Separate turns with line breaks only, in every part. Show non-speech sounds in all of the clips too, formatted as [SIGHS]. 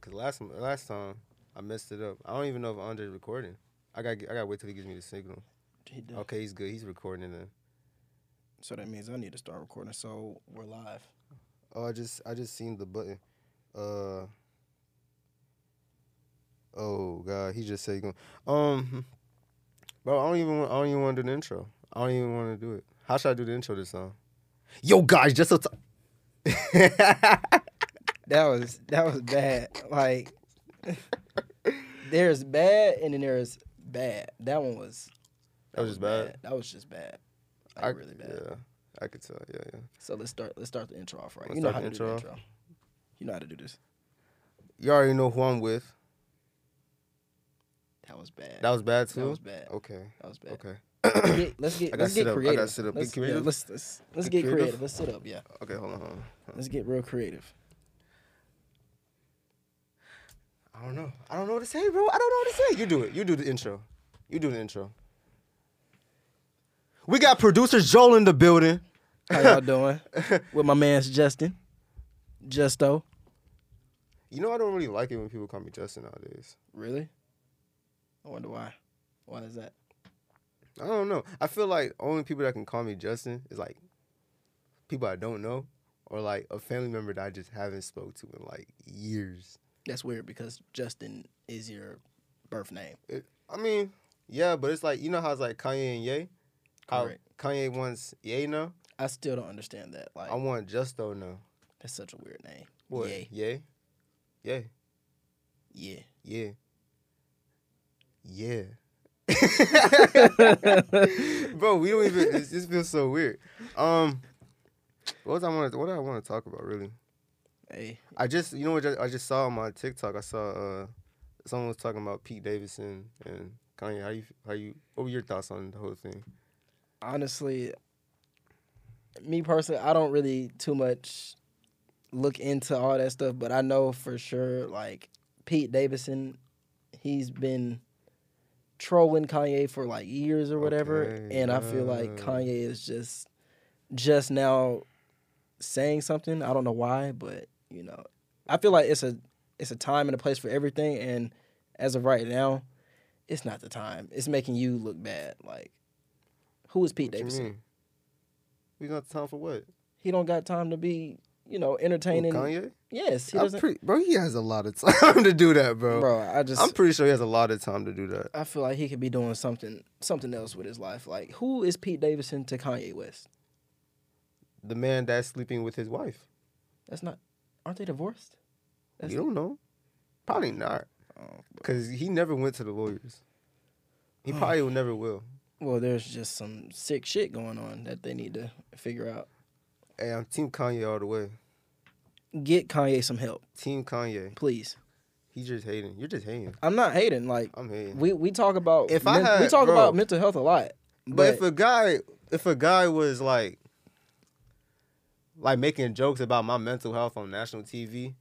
Cause last last time I messed it up. I don't even know if Andre's recording. I got I got to wait till he gives me the signal.
He did.
Okay, he's good. He's recording then.
So that means I need to start recording. So we're live.
Oh, I just I just seen the button. Uh. Oh God, he just said he going. Um, [LAUGHS] bro, I don't even want, I don't even want to do the intro. I don't even want to do it. How should I do the intro to this song? Yo, guys, just a. [LAUGHS] T-
That was that was bad. Like [LAUGHS] there's bad and then there's bad. That one was
That was just bad.
That was just bad. Like, really bad.
Yeah, I could tell. Yeah, yeah.
So let's start let's start the intro off right.
Let's
you know how
start
to
the
do the
intro.
intro. You know how to do this.
You already know who I'm with.
That was bad.
That was bad too.
That was bad.
Okay.
That was bad.
Okay.
Get- let's
I
get
gotta
let's
sit
get
up. I gotta
creative.
sit up. Get
Let's, yeah,
creative?
let's let's, let's
Get
get
creative?
creative. Let's sit up. Yeah.
Okay. Hold on. Hold on.
Let's get
[LAUGHS]
real creative.
I don't know. I don't know what to say, bro. I don't know what to say. You do it. You do the intro. You do the intro. We got producer Joel in the building. [LAUGHS]
How y'all doing? With my man's Justin. Justo.
You know I don't really like it when people call me Justin nowadays.
Really? I wonder why. Why is that?
I don't know. I feel like only people that can call me Justin is like people I don't know or like a family member that I just haven't spoke to in like years.
That's weird because Justin is your birth name.
It, I mean, yeah, but it's like you know how it's like Kanye and Ye. How
Correct.
Kanye wants Ye now.
I still don't understand that. Like
I want Justo now.
that's such a weird name.
What?
Ye.
Ye. Ye.
Yeah.
Yeah. Yeah. [LAUGHS] Bro, we don't even. This, this feels so weird. Um, what was I want? What do I want to talk about? Really?
Hey.
I just, you know what? I just saw on my TikTok. I saw uh, someone was talking about Pete Davidson and Kanye. How you? How you? What were your thoughts on the whole thing?
Honestly, me personally, I don't really too much look into all that stuff, but I know for sure like Pete Davidson, he's been trolling Kanye for like years or whatever,
Okay,
and I feel like
yeah.
Kanye is just just now saying something. I don't know why, but you know, I feel like it's a it's a time and a place for everything, and as of right now, it's not the time. It's making you look bad. Like, who is Pete
What you
Davidson?
mean? We got time for what?
He don't got time to be, you know,
Who,
entertaining.
Kanye?
Yes, he
I'm
doesn't.
pretty, bro, he has a lot of [LAUGHS] time to do that, bro.
bro, I just
I'm pretty sure he has a lot of time to do that.
I feel like he could be doing something something else with his life. Like, who is Pete Davidson to Kanye West?
The man that's sleeping with his wife.
That's not. Aren't they divorced? That's-
you don't know. Probably not.
Oh.
Because he never went to the lawyers. He probably will never will.
Well, there's just some sick shit going on that they need to figure out.
Hey, I'm Team Kanye all the way.
Get Kanye some help,
Team Kanye.
please.
He's just hating. You're just hating.
I'm not hating. Like,
I'm hating.
we we talk about
If I
we
had-
talk
bro.
about mental health a lot,
but,
but,
if a guy, if a guy was like, like making jokes about my mental health on national TV,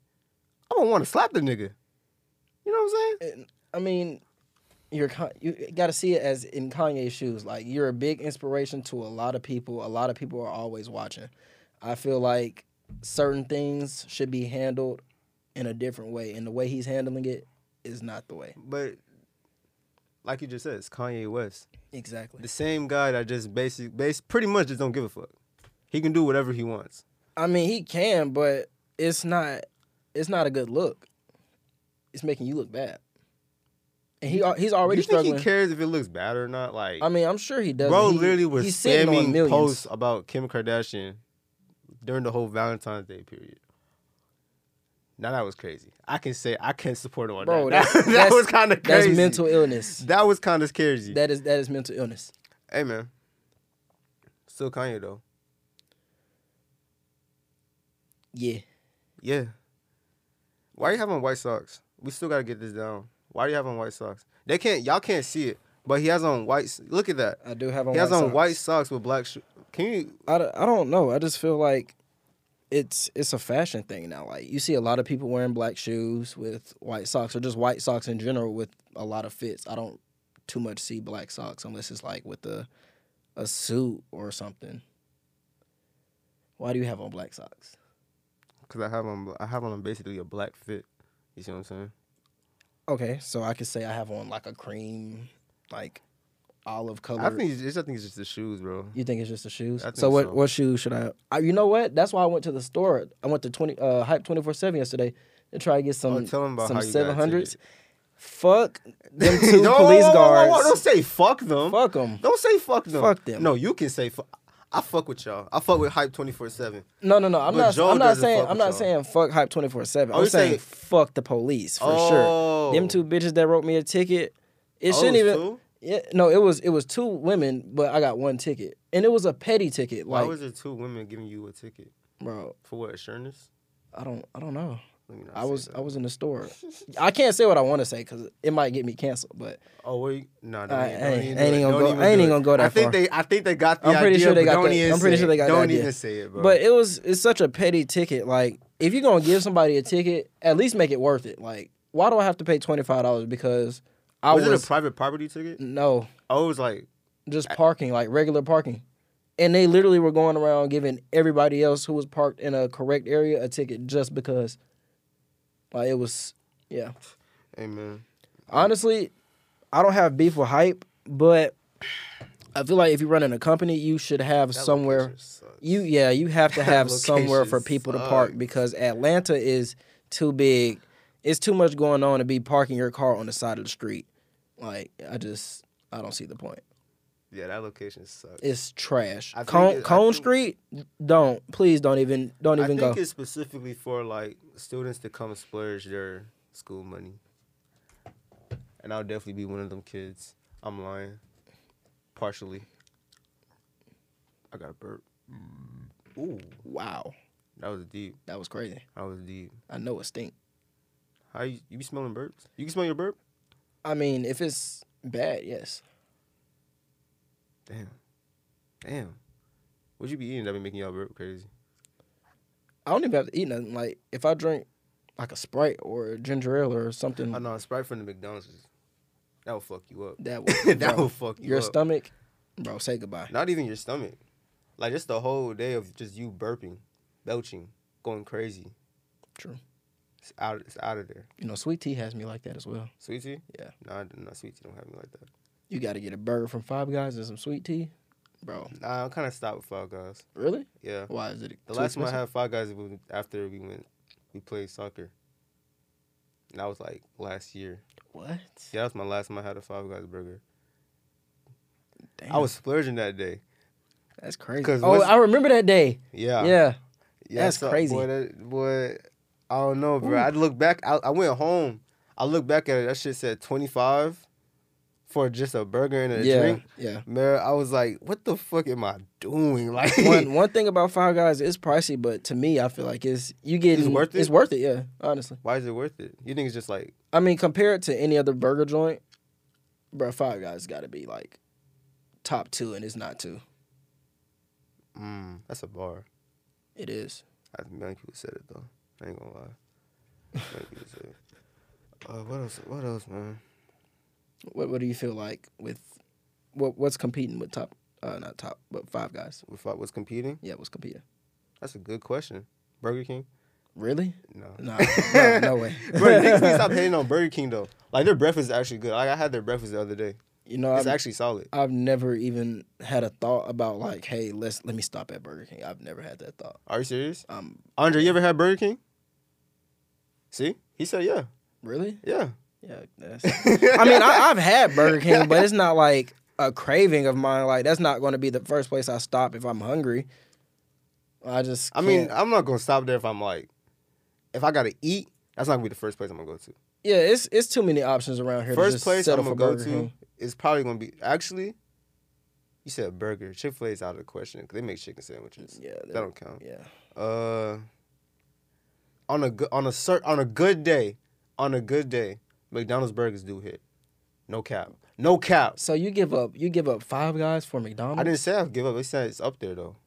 I don't want to slap the nigga. You know what I'm saying?
I mean, you're Ka- you got to see it as in Kanye's shoes. Like you're a big inspiration to a lot of people. A lot of people are always watching. I feel like certain things should be handled in a different way, and the way he's handling it is not the way.
But like you just said, it's Kanye West.
Exactly.
the same guy that just basic, base, pretty much just don't give a fuck. He can do whatever he wants.
I mean, he can, but it's not. It's not a good look. It's making you look bad. And he al- he's
Do
already
you think
struggling.
he cares if it looks bad or not? Like,
I mean, I'm sure he does.
bro,
He-
literally was
he's sitting on
spamming
millions.
posts about Kim Kardashian during the whole Valentine's Day period. Now that was crazy. I can say I can support him on
Bro,
that. [LAUGHS]
that's-
That,
that's-
was kind of
That's
crazy.
mental illness.
That was kind of crazy.
That is that is mental illness.
hey man, still Kanye though.
Yeah.
Yeah. Why you having white socks? We still gotta get this down. Why are you having white socks? They can't. Y'all can't see it, but he has on white. s- Look at that.
I do have on.
He has
white
on
socks.
white socks with black. Sh- Can you?
I, d- I don't know. I just feel like it's it's a fashion thing now. Like you see a lot of people wearing black shoes with white socks, or just white socks in general with a lot of fits. I don't too much see black socks unless it's like with a a suit or something. Why do you have on black socks?
Cause I have on. I have on basically a black fit. You see what I'm saying?
Okay, so I could say I have on like a cream, like olive color.
I think it's just, I think it's just the shoes,
[LAUGHS]
bro. [LAUGHS]
You think it's just the shoes?
I think
So what
so.
what shoes should I, I? You know what? That's why I went to the store. I went to twenty uh hype twenty four seven yeseday to try to get some
Oh, tell 'em about
some
how you got a
seven hundreds.
ticket.
Fuck them
[LAUGHS] No,
two
whoa, whoa,
police
whoa, whoa,
guards.
whoa, Don't say fuck them.
Fuck them.
Don't say fuck them.
Fuck them.
No, you can say fuck. I fuck with y'all. I fuck with hype 24 seven.
No, no, no. I'm
But
not.
Joe
I'm not
doesn't
saying.
fuck
I'm
with
not
y'all.
saying fuck hype twenty four seven.
Oh,
I'm
you say-
saying fuck the police for
Oh.
sure. Them two bitches that wrote me a ticket. It
Oh,
shouldn't
it was
even.
two?
Yeah, no, it was it was two women, but I got one ticket, and it was a petty ticket.
Why
Like,
was there two women giving you a ticket
bro,
for what assurance?
I don't, I don't know.
Let me not
I
say
was
that.
I was in the store. [LAUGHS] I can't say what I want to say because it might get me canceled. But
Oh, where you? Nah,
I-
don't, even- don't
I ain't-
even
I ain't
do it.
gonna
Don't even
go- I ain't
do
even
it.
gonna go that
I think
far.
they. I think they got the
I'm pretty
idea,
sure they
but
got
Don't
the-
even
I'm pretty
say
sure they
it.
got the
Don't
idea.
even say it, bro.
but it was it's such a petty ticket. Like if you're gonna give somebody a ticket, at least make it worth it. Like why do I have to pay twenty five dollars because I
was,
was, oh,
it a private property ticket?
no
I was like,
just parking like regular parking, and they literally were going around giving everybody else who was parked in a correct area a ticket just because. Like it was, yeah.
hey man,
Honestly, I don't have beef with hype, but I feel like if you're running a company, you should have
that
somewhere.
location sucks.
You yeah, you have to
[LAUGHS] That
have somewhere
location
for people to park
sucks.
because Atlanta is too big. It's too much going on to be parking your car on the side of the street. Like I just I don't see the point.
Yeah, that location sucks.
It's trash.
I think
Cone,
it- I
Cone
think-
Street, don't please don't even don't
I
even
think
go.
it's specifically for like students to come splurge their school money, and I'll definitely be one of them kids. I'm lying, partially. I got a burp. Ooh,
Wow,
that was deep.
that was crazy.
That was deep.
I know it stink.
How you, you be smelling burps? You can smell your burp?
I mean, if it's bad, yes.
Damn. Damn. What you be eating that be making y'all burp crazy?
I don't even have to eat nothing. Like if I drink like a Sprite or a ginger ale or something,
I know a Oh, Sprite from the McDonald's. is- That will fuck you up.
that will
[LAUGHS] that
bro,
will fuck you
your
up.
stomach, bro. Say goodbye.
Not even your stomach. Like just the whole day of just you burping, belching, going crazy.
True.
It's out. It's out of there.
You know, sweet tea has me like that as well.
Sweet tea?
Yeah.
Nah, nah. Sweet tea don't have me like that.
You got to get a burger from Five Guys and some sweet tea, bro.
Nah, I kind of stopped with Five Guys.
Really?
Yeah.
Why is it?
The
too
last time I
expensive?
had Five Guys was after we went, we played soccer. And that was like last year.
What?
Yeah, that was my last time I had a Five Guys burger.
Damn,
I was splurging that day.
that's crazy.
'cause
Oh,
what's-
I remember that day.
Yeah.
yeah,
Yeah,
That's
so,
crazy.
Boy, that, boy, I don't know, bro.
Ooh.
I look back. I, I went home. I look back at it. That shit said twenty five for just a burger and a
yeah,
drink.
yeah.
Man, I was like, what the fuck am I doing? [LAUGHS] Like,
one one thing about Five Guys is pricey, but to me, I feel like it's you get
worth it?
It's worth it. Yeah, honestly.
why is it worth it? You think it's just like
I mean, compare it to any other burger joint, bro. Five Guys got to be like top two, and it's not two.
Mm, that's a bar.
It is.
I think many people said it though. I ain't gonna lie. Many people said it. Uh, what else? What else, man?
What What do you feel like with what What's competing with top? Uh, not top, but Five Guys.
If I was competing,
Yeah, what's competing?
that's a good question. Burger King?
Really?
No.
Nah, no, no way.
[LAUGHS] Bro, niggas need to
[LAUGHS]
stop hating on Burger King though. Like their breakfast is actually good. Like I had their breakfast the other day.
You know,
It's
I've,
actually solid.
I've never even had a thought about like, hey, let's let me stop at Burger King. I've never had that thought.
Are you serious?
Um,
Andre, you ever had Burger King? See? He said yeah.
really?
Yeah.
Yeah, that's. [LAUGHS] I mean, I, I've had Burger King, but it's not like a craving of mine. Like that's not going to be the first place I stop if I'm hungry. I just.
I mean,
can't-
I'm not gonna stop there if I'm like if I gotta eat, that's not gonna be the first place I'm gonna go to.
yeah, it's it's too many options around here. to
First
just
place I'm
settle
gonna
for
go
Burger
to
King.
is probably gonna be actually you said burger. Chick fil A is out of the question because they make chicken sandwiches.
Yeah,
That
they're-
don't count.
yeah.
Uh on a good on a cert on a good day, on a good day, McDonald's burgers do hit. No cap. No cap.
So you give up you give up Five Guys for McDonald's?
I didn't say I'd give up. They said it's up there though.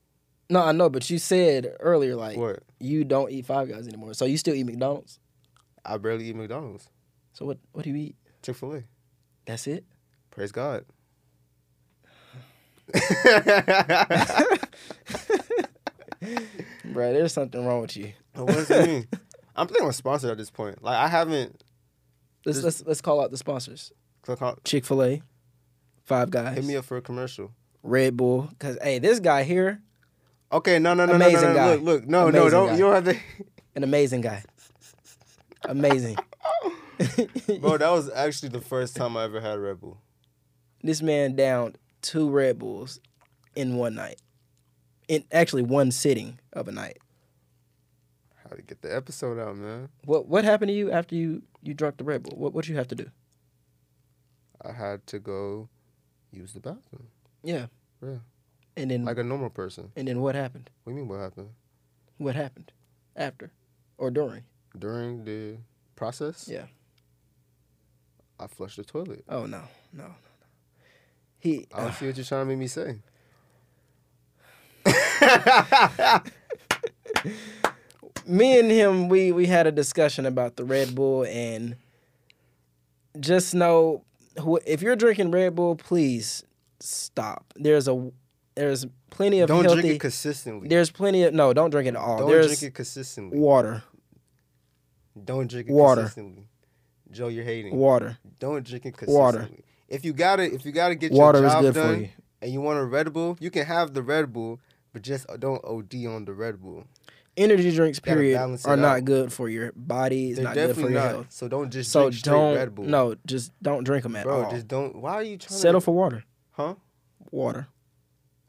No, I know, but you said earlier like
What?
you don't eat Five Guys anymore. So you still eat McDonald's?
I barely eat McDonald's.
So what what do you eat?
Chick fil A.
That's
[LAUGHS]
it. [LAUGHS]
Praise God. [LAUGHS]
Bro, there's something wrong with you.
what does that mean? I'm playing with sponsored at this point. Like I haven't
Let's
This-
let's, let's call out the sponsors:
click on
Chick Fil A, Five Guys,
hit me up for a commercial.
Red Bull. Because hey, this guy here,
Okay, no, no, no, no,
Amazing
no,
guy.
no. Look, look, no,
Amazing
no, don't.
guy.
You don't have to.
[LAUGHS] an amazing guy, amazing.
Bro, that was actually the first time I ever had Red Bull.
[LAUGHS] this man downed two Red Bulls in one night. In actually one sitting of a night.
How to get the episode out, man?
What what happened to you after you you drank the Red Bull? What what you have to do?
I had to go use the bathroom
Yeah.
Yeah.
And then
like a normal person.
and then what happened?
What do you mean? What happened
What happened after or during?
during the process?
Yeah.
I flushed the toilet.
Oh no no no no. He
I
[SIGHS]
don't see what you're trying to make me
[LAUGHS]
say.
me and him we we had a discussion about the Red Bull and just know who, if you're drinking Red Bull, please stop. There's a there's plenty of
Don't
healthy.
drink it consistently.
There's plenty of no. Don't drink it at all.
Don't
There's
drink it consistently.
water,
Don't drink it
Water.
consistently. Joe, you're hating.
water,
Don't drink it consistently.
Water.
If you got to if you got to get
water
your
is
job
good
done
for you.
and you want a Red Bull, you can have the Red Bull, but just don't OD on the Red Bull.
Energy drinks,
Gotta
period,
balance it
are not
out.
good for your body. It's
They're
not good
definitely
for your
not.
health.
So don't just
So
drink straight
don't
Red Bull.
no, just don't drink them at
bro,
all.
just don't. Why are you trying
Settle
to
for water.
Huh?
Water.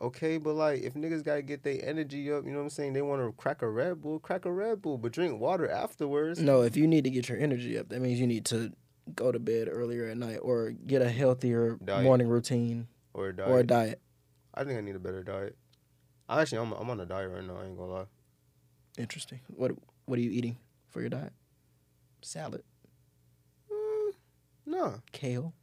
Okay, but like if niggas gotta get their energy up, you know what I'm saying? They want to crack a Red Bull, crack a Red Bull, but drink water afterwards.
No, if you need to get your energy up, that means you need to go to bed earlier at night or get a healthier
Diet.
morning routine
Or a diet.
or a diet.
I think I need a better diet. I actually, I'm, I'm on a diet right now. I ain't gonna lie.
Interesting. What what are you eating for your diet? Salad,
Mm, no.
kale.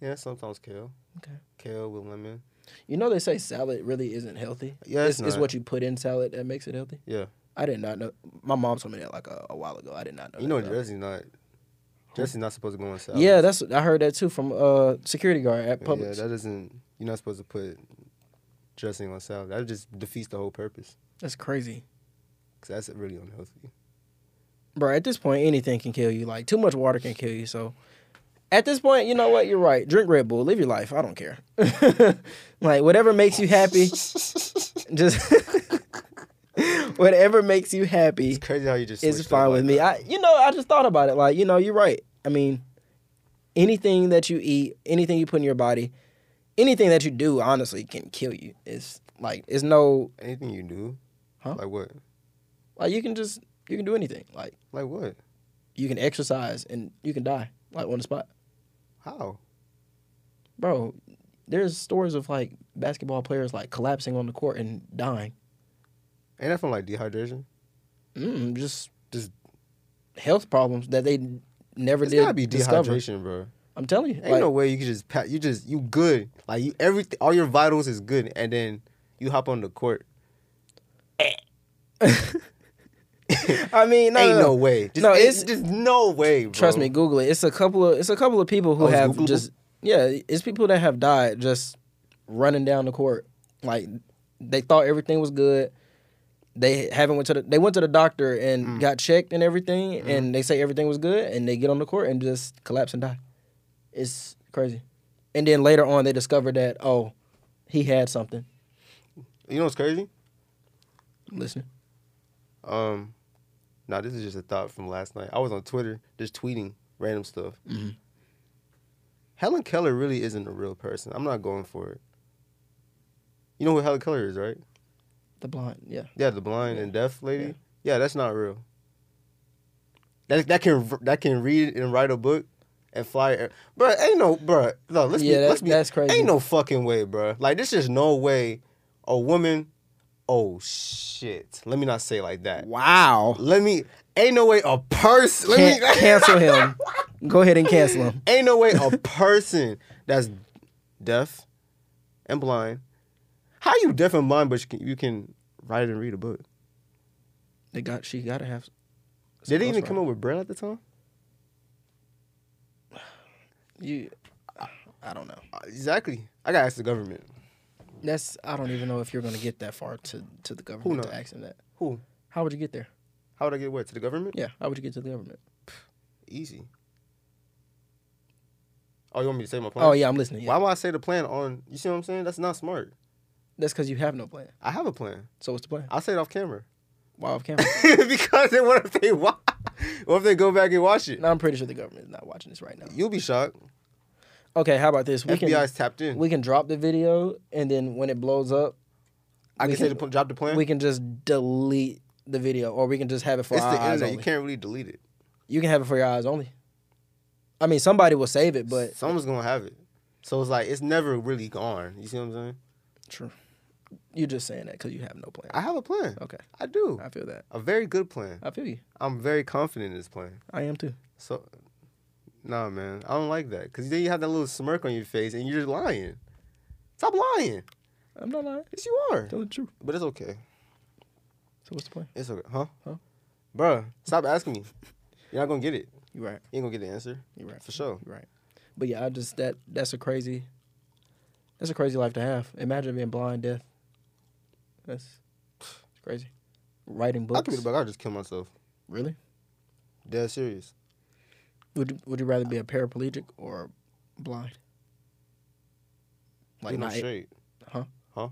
Yeah, sometimes kale.
Okay.
Kale with lemon.
You know they say salad really isn't healthy.
Yeah,
it's,
it's,
it's
not.
what you put in salad that makes it healthy.
Yeah.
I did not know. My mom told me that like a, a while ago. I did not know.
You
that
know,
though.
Jesse's not. Jesse's not supposed to go on salad.
yeah, that's I heard that too from uh security guard at
Yeah,
Publix.
that doesn't. You're not supposed to put dressing on salad. That just defeats the whole purpose.
that's crazy,
Cause that's really unhealthy.
bro. At this point, anything can kill you. Like too much water can kill you. So, at this point, you know what? You're right. Drink Red Bull. Live your life. I don't care. [LAUGHS] like whatever makes
[LAUGHS]
you happy, just [LAUGHS] whatever makes you happy.
It's crazy how you just.
It's
switched up like
fine
uh,
with me.
that.
I you know, I just thought about it. Like, you know, you're right. I mean, anything that you eat, anything you put in your body, anything that you do honestly can kill you. It's like it's no
Anything you do.
Huh?
Like what?
like you can just you can do anything. Like
Like what?
you can exercise and you can die like on the spot.
How?
Bro, there's stories of like basketball players like collapsing on the court and dying.
Ain't that from like dehydration?
Mm, just
Just-
health problems that they never
It's
did
gotta be
discover.
dehydration, bro.
I'm telling you.
Ain't
like,
no way you can just pat. You just you good. Like you everything. All your vitals is good, and then you hop on the court.
I mean, [LAUGHS] no,
ain't
no,
no,
no.
way. Just,
No,
no,
it's-
it's just no way, bro.
Trust me, Google it. It's a couple of it's a couple of people who
Oh, it's
have
Googleable?
just yeah, it's people that have died just running down the court. Like they thought everything was good. They haven't went to the they went to the doctor and
Mm.
got checked and everything
Mm-hmm.
and they say everything was good and they get on the court and just collapse and die. It's crazy. And then later on they discovered that oh, he had something.
You know what's crazy?
Listen.
Um, now this is just a thought from last night. I was on Twitter just tweeting random stuff.
Mhm.
Helen Keller really isn't a real person. I'm not going for it. You know who Helen Keller is, right?
The blind, yeah.
Yeah, the blind and deaf lady.
Yeah.
Yeah. that's not real. That that can that can read and write a book and fly, bro. Ain't no, bro. No, let's
Yeah,
be,
that-
let's be.
that's crazy.
Ain't no fucking way, bro. Like this is no way. A woman. Oh shit. Let me not say it like that.
Wow.
Let me. Ain't no way a person. Let
Can-
me.
cancel him. Go ahead and cancel him.
[LAUGHS] Ain't no way a person that's deaf and blind. How you deaf and blind, but you can, you can write and read a book?
They got she gotta have
Did they even
Ghostwriter.
come up with bread at the time?
You, I don't know.
Uh, Exactly. I gotta ask the government.
That's I don't even know if you're gonna get that far to to the
Who
government
knows?
to ask them that.
Who?
How would you get there?
How would I get what to the government?
Yeah. How would you get to the government?
Easy. Oh, you want me to say my plan?
Oh yeah, I'm listening. Yeah.
Why would I say the plan on? You see what I'm saying? That's not smart.
That's because you have no plan.
I have a plan.
So what's the plan?
I'll say it off camera [LAUGHS]
Why off camera?
because then what if they watch? What if they go back and watch it?
no, I'm pretty sure the government is not watching this right now.
You'll be shocked.
Okay. How about this? We
FBI's tapped in.
can we can drop the video and then when it blows up,
I
we
can say the
can-
pl- drop the plan.
we can just delete the video or we can just have it for
it's
our
the
eyes
internet.
only.
You can't really delete it.
You can have it for your eyes only. I mean, somebody will save it, but
someone's gonna have it. So it's like it's never really gone. You see what I'm saying?
true. You're just saying that because you have no plan.
I have a plan.
Okay, Uh,
I do.
I feel that.
A very good plan.
I feel you.
I'm very confident in this plan.
I am too.
So, nah, man, I don't like that because then you have that little smirk on your face and you're just lying. Stop lying.
I'm not lying.
Yes, you are.
Tell the truth.
But it's okay.
So what's the plan?
It's okay. Huh?
Huh?
Bruh, stop asking me. You're not gonna get it.
You're right.
You ain't gonna get the answer
You're right.
for sure.
You're right. But yeah, I just that that's a crazy, that's a crazy life to have. Imagine being blind, deaf. That's, it's crazy. Writing
I
books.
could be the I just kill myself.
Really?
Dead serious.
Would you, Would you rather be a paraplegic or blind?
Like not
not-
straight.
Huh?
Huh?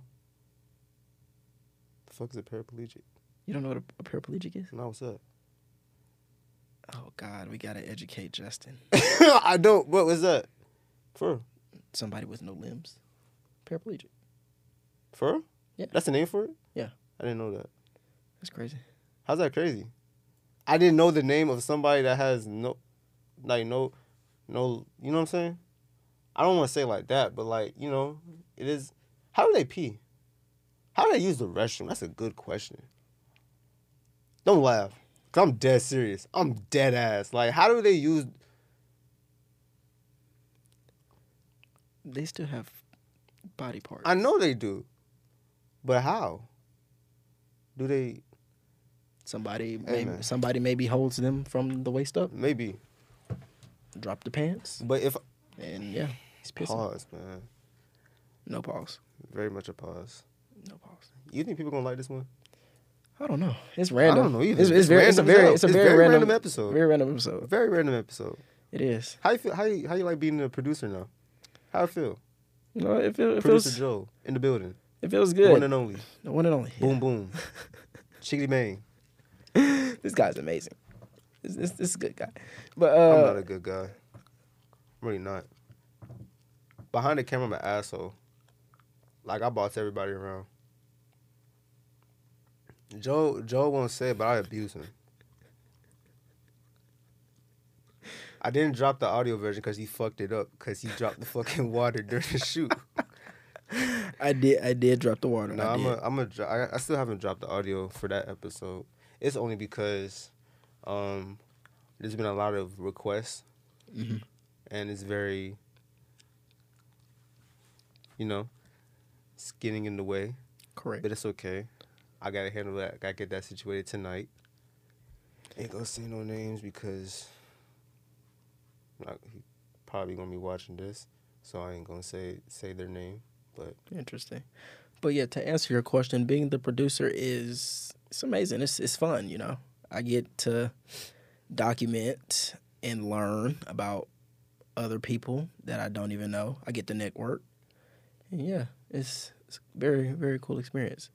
The fuck is a paraplegic?
You don't know what a, a paraplegic is?
No, what's
[LAUGHS]
up?
Oh God, we gotta educate Justin.
I don't. What was that? For
Somebody with no limbs, paraplegic.
for?
Yeah.
That's the name for it.
Yeah.
I didn't know that.
That's crazy.
How's that crazy? I didn't know the name of somebody that has no, like no, no. You know what I'm saying? I don't want to say it like that, but like you know, it is. How do they pee? How do they use the restroom? That's a good question. Don't laugh, i I'm dead serious. I'm dead ass. Like, how do they use?
They still have body parts.
I know they do, but how? Do they?
Somebody,
Hey,
maybe,
man.
somebody maybe holds them from the waist up.
Maybe,
Drop the pants,
but if
and yeah, he's pissing.
pause, man.
No pause.
Very much a pause.
No pause.
You think people gonna like this one?
I don't know. It's random.
I don't know either.
It's, it's very. It's a
random as
very.
hell.
It's a very, random,
episode.
Very random
A
episode.
very random episode.
It is.
How you feel? How you, how you like being a producer now? How I feel?
You know, it, feel, it
producer
feels.
Joe in the building,
It feels
The one
good.
and only.
The one and only.
Boom
[LAUGHS]
boom. Chickity bang.
this guy's amazing. This, this, this is a good guy. But uh,
I'm not a good guy. I'm really not. Behind the camera, I'm an asshole. Like I boss everybody around. Joe Joe won't say it, but I abuse him. I didn't drop the audio version because he fucked it up because he dropped the fucking water during the shoot.
I did. I did drop the water.
No,
I
I'm
did.
a, I'm a, dro- I, I still haven't dropped the audio for that episode. It's only because um, there's been a lot of requests,
Mhm.
and it's very, you know, it's getting in the way.
correct.
But it's okay. I gotta handle that. Gotta get that situated tonight. Ain't gonna say no names because like, he probably gonna be watching this, so I ain't gonna say say their name. But
Interesting. But yeah, to answer your question, being the producer is it's amazing. It's it's fun, you know. I get to document and learn about other people that I don't even know. I get to network. And yeah, it's it's a very very cool experience.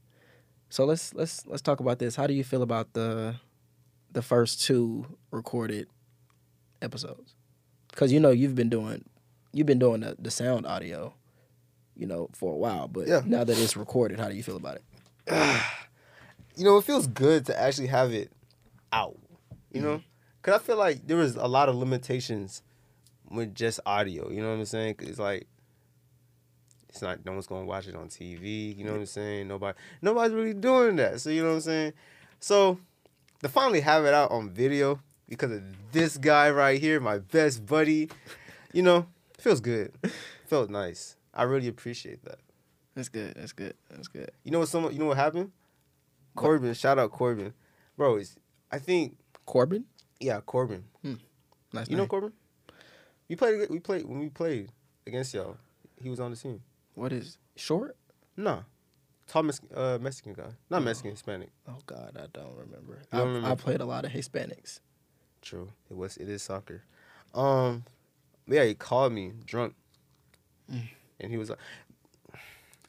So let's let's let's talk about this. How do you feel about the the first two recorded episodes? Cuz you know you've been doing you've been doing the, the sound audio you know, for a while. But
Yeah.
now that it's recorded, how do you feel about it?
you know, it feels good to actually have it out. You know, because I feel like there was a lot of limitations with just audio. You know what I'm saying? 'Cause It's like it's not no one's gonna watch it on TV. You know what I'm saying? Nobody, nobody's really doing that. So you know what I'm saying? So to finally have it out on video because of this guy right here, my best buddy. You know, feels good. Felt nice. I really appreciate that.
That's good. That's good. That's good.
You know what? Someone, you know what happened? Corbin, shout out Corbin, bro. It's, I think
Corbin,
yeah, Corbin.
nice.
You know Corbin? We played. We played when we played against y'all. He was on the team.
what is short?
Nah, Tall Mex- uh, Mexican guy. Not Mexican, Hispanic.
Oh God, I don't remember.
You don't
I, I
remember?
played a lot of Hispanics.
True. It was it is soccer. Um but yeah, he called me drunk. And he was like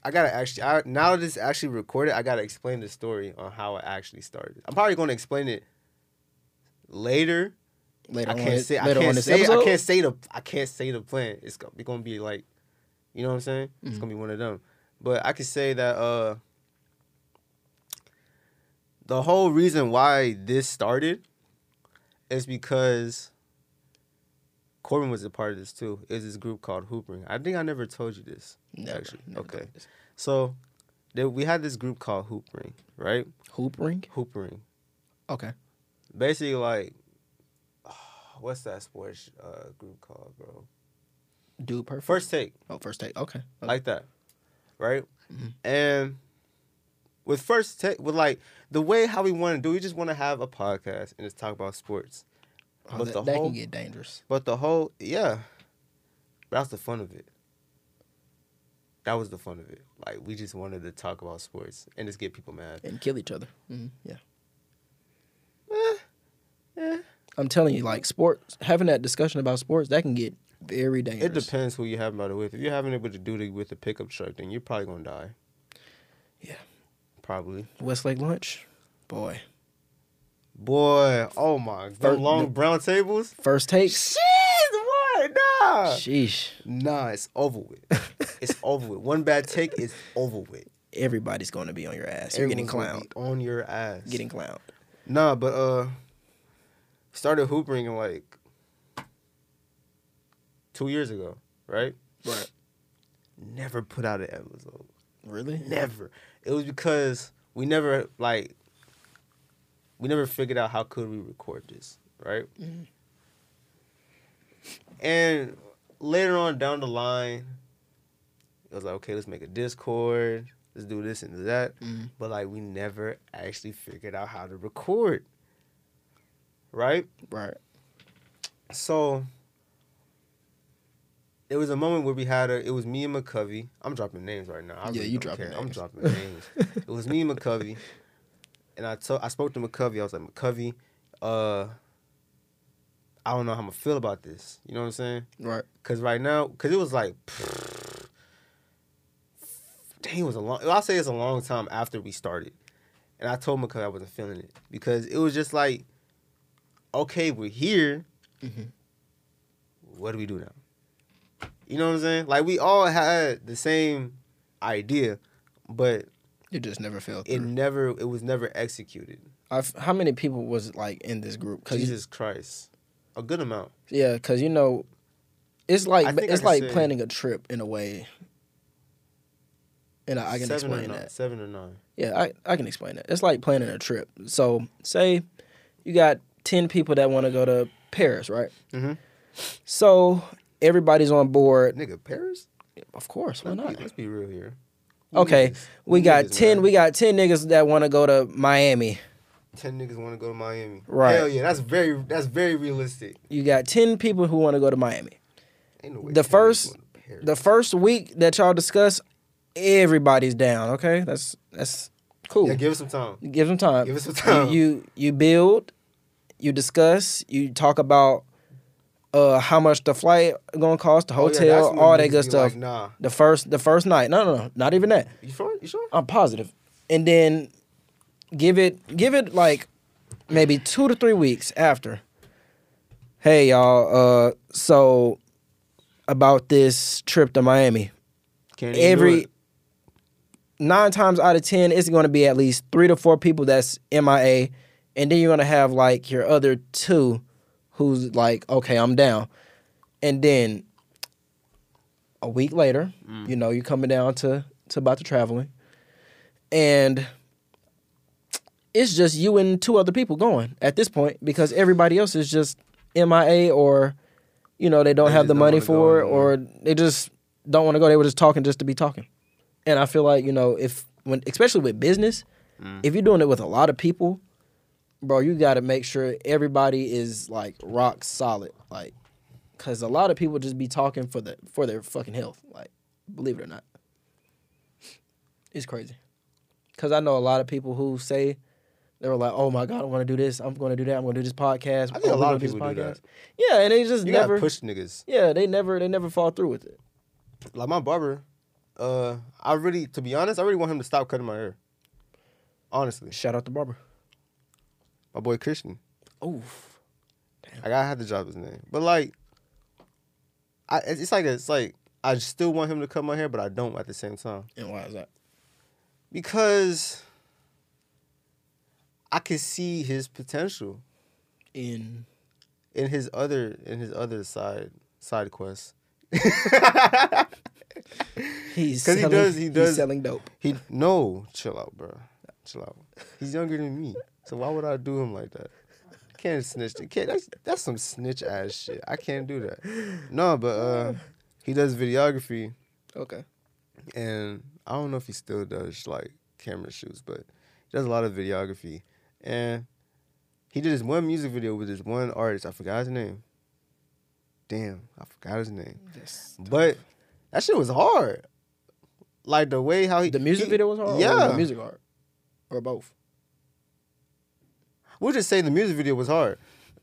I gotta actually I, now that it's actually recorded, I gotta explain the story on how it actually started. I'm probably gonna explain it later.
Later
I
on,
can't say I
later on
can't
this
say
episode.
I can't say the I can't say the plan. It's go- it's gonna be like you know what I'm saying? It's gonna be
Mm-hmm.
one of them. But I can say that uh the whole reason why this started is because Corbin was a part of this too. Is this group called Hoopering? I think I never told you this.
Never,
actually.
never
okay.
done this.
So there, we had this group called Hoopering, right?
Hoop ring.
Hoopering
Okay.
basically like [SIGHS] what's that sports uh, group called, bro?
Dude, perfect.
First take,
Oh, first take. Okay. okay. Mm-hmm.
like that, right? And with first take, with like the way how we want to do, we just want to have a podcast and just talk about sports.
Oh,
but
that,
the
that
whole,
can get dangerous.
but the whole, yeah, that's the fun of it. That was the fun of it. Like we just wanted to talk about sports and just get people mad.
and kill each other. Mhm, Yeah.
eh.
I'm telling you, like sports, having that discussion about sports, that can get very dangerous.
It depends who you have about it with. If you're having it with a dude with a pickup truck, then you're probably gonna die.
Yeah.
Probably.
Westlake lunch, boy.
Boy, oh my god.
Fir-
long
the-
brown tables?
First take.
Shit, what? Nah.
Sheesh.
Nah, it's over
[LAUGHS]
with. it's over with. One bad take is over with.
Everybody's going [LAUGHS] to be on your ass. You're getting
Everyone's gonna
clowned.
be On your ass.
Getting clowned.
Nah, but uh started hoopering in like two years ago, right?
Right.
Never put out an episode.
Really?
Never. It was because we never like we never figured out how could we record this, right? And later on down the line, it was like, okay, let's make a Discord, let's do this and do that.
Mhm.
But like we never actually figured out how to record. Right?
Right.
So there was a moment where we had a. It was me and McCovey. I'm dropping names right now. I
Yeah,
really
you
don't
dropping
care. I'm
names.
dropping names.
[LAUGHS]
it was me and McCovey, and I told I spoke to McCovey. I was like, McCovey, uh, I don't know how I'm gonna feel about this. You know what I'm saying?
Right.
Because right now, because it was like, dang, it was a long. I'll say it's a long time after we started, and I told McCoy I wasn't feeling it because it was just like, okay, we're here.
Mhm.
What do we do now? You know what I'm saying? Like we all had the same idea, but
You just never fell
it
through.
never, it was never executed.
I've, how many people was like in this group? Cause
Jesus Christ, a good amount.
yeah, because you know, it's like
I think I
it's
can
like
say-
planning a trip in a way. And I, I can
seven or
explain
nine,
that.
Seven or nine.
Yeah, I, I can explain it. It's like planning a trip. So, say you got 10 people that want to go to Paris, right?
Mhm.
So, everybody's on board.
Nigga, Paris.
Of course, why
Let's be,
not?
let's be real here.
Okay,
Niggas.
we got
Niggas,
10
man.
we got 10 niggas that want to go to Miami.
ten niggas want to go to Miami.
Right.
Hell yeah, that's very that's very realistic.
You got 10 people who want to go to Miami.
Ain't no way
The
10 niggas
first-
going to Paris.
The first week that y'all discuss, everybody's down, okay? That's that's cool.
yeah, give us some time.
give them time.
Give us some
You-
time.
You you, build, you discuss, you talk about uh how much the flight gonna cost, the
Oh, yeah, that's
hotel,
when
all
niggas
that
be
good stuff.
Like, nah,
The first the first night. No, no, no, not even that.
you sure? You sure?
I'm positive. And then give it give it like maybe two to three weeks after. Hey y'all, uh so about this trip to Miami.
Can't even do
Every
it.
nine times out of ten, it's gonna be at least three to four people that's MIA, and then you're gonna have like your other two who's like, okay, I'm down. And then a week later,
Mm.
you know, you're coming down to to about the traveling. And it's just you and two other people going at this point because everybody else is just MIA or you know, they don't
They
have
just
the
don't
money
wanna go
for it
anymore.
or they just don't want to go. They were just talking just to be talking. And I feel like, you know, if when especially with business,
Mm.
if you're doing it with a lot of people, bro, you got to make sure everybody is like rock solid, like, cause a lot of people just be talking for the for their fucking health, like, believe it or not, it's crazy. because I know a lot of people who say they were like, "Oh my god, I want to do this. I'm going to do that. I'm going to do this podcast."
I think
oh,
a
we're
lot
gonna
of
this
people do that.
podcast." Yeah, and they just
You
never.
gotta push niggas.
yeah, they never they never fall through with it.
Like my barber, uh, I really, to be honest, I really want him to stop cutting my hair. Honestly,
Shout out to Barber.
my boy Christian.
Oof.
Like, I gotta have to drop his name, but like, I it's it's like it's like I still want him to cut my hair, but I don't at the same time
And why is that?
because I can see his potential.
In
in his other in his other side side quest.
he's
'Cause
selling,
he does- he does-
he's selling dope.
he no, chill out, bro. Chill out. He's younger than me, so why would I do him like that? Can't snitch. Can't, that's that's some snitch ass shit. I can't do that. No, but uh, he does videography,
Okay.
and I don't know if he still does like camera shoots, but he does a lot of videography. And he did this one music video with this one artist. I forgot his name. Damn, I forgot his name.
Yes.
But that shit was hard. Like the way how he
The music
he-
video was hard.
Yeah,
Or the music hard. Or both.
we'll just say the music video was hard.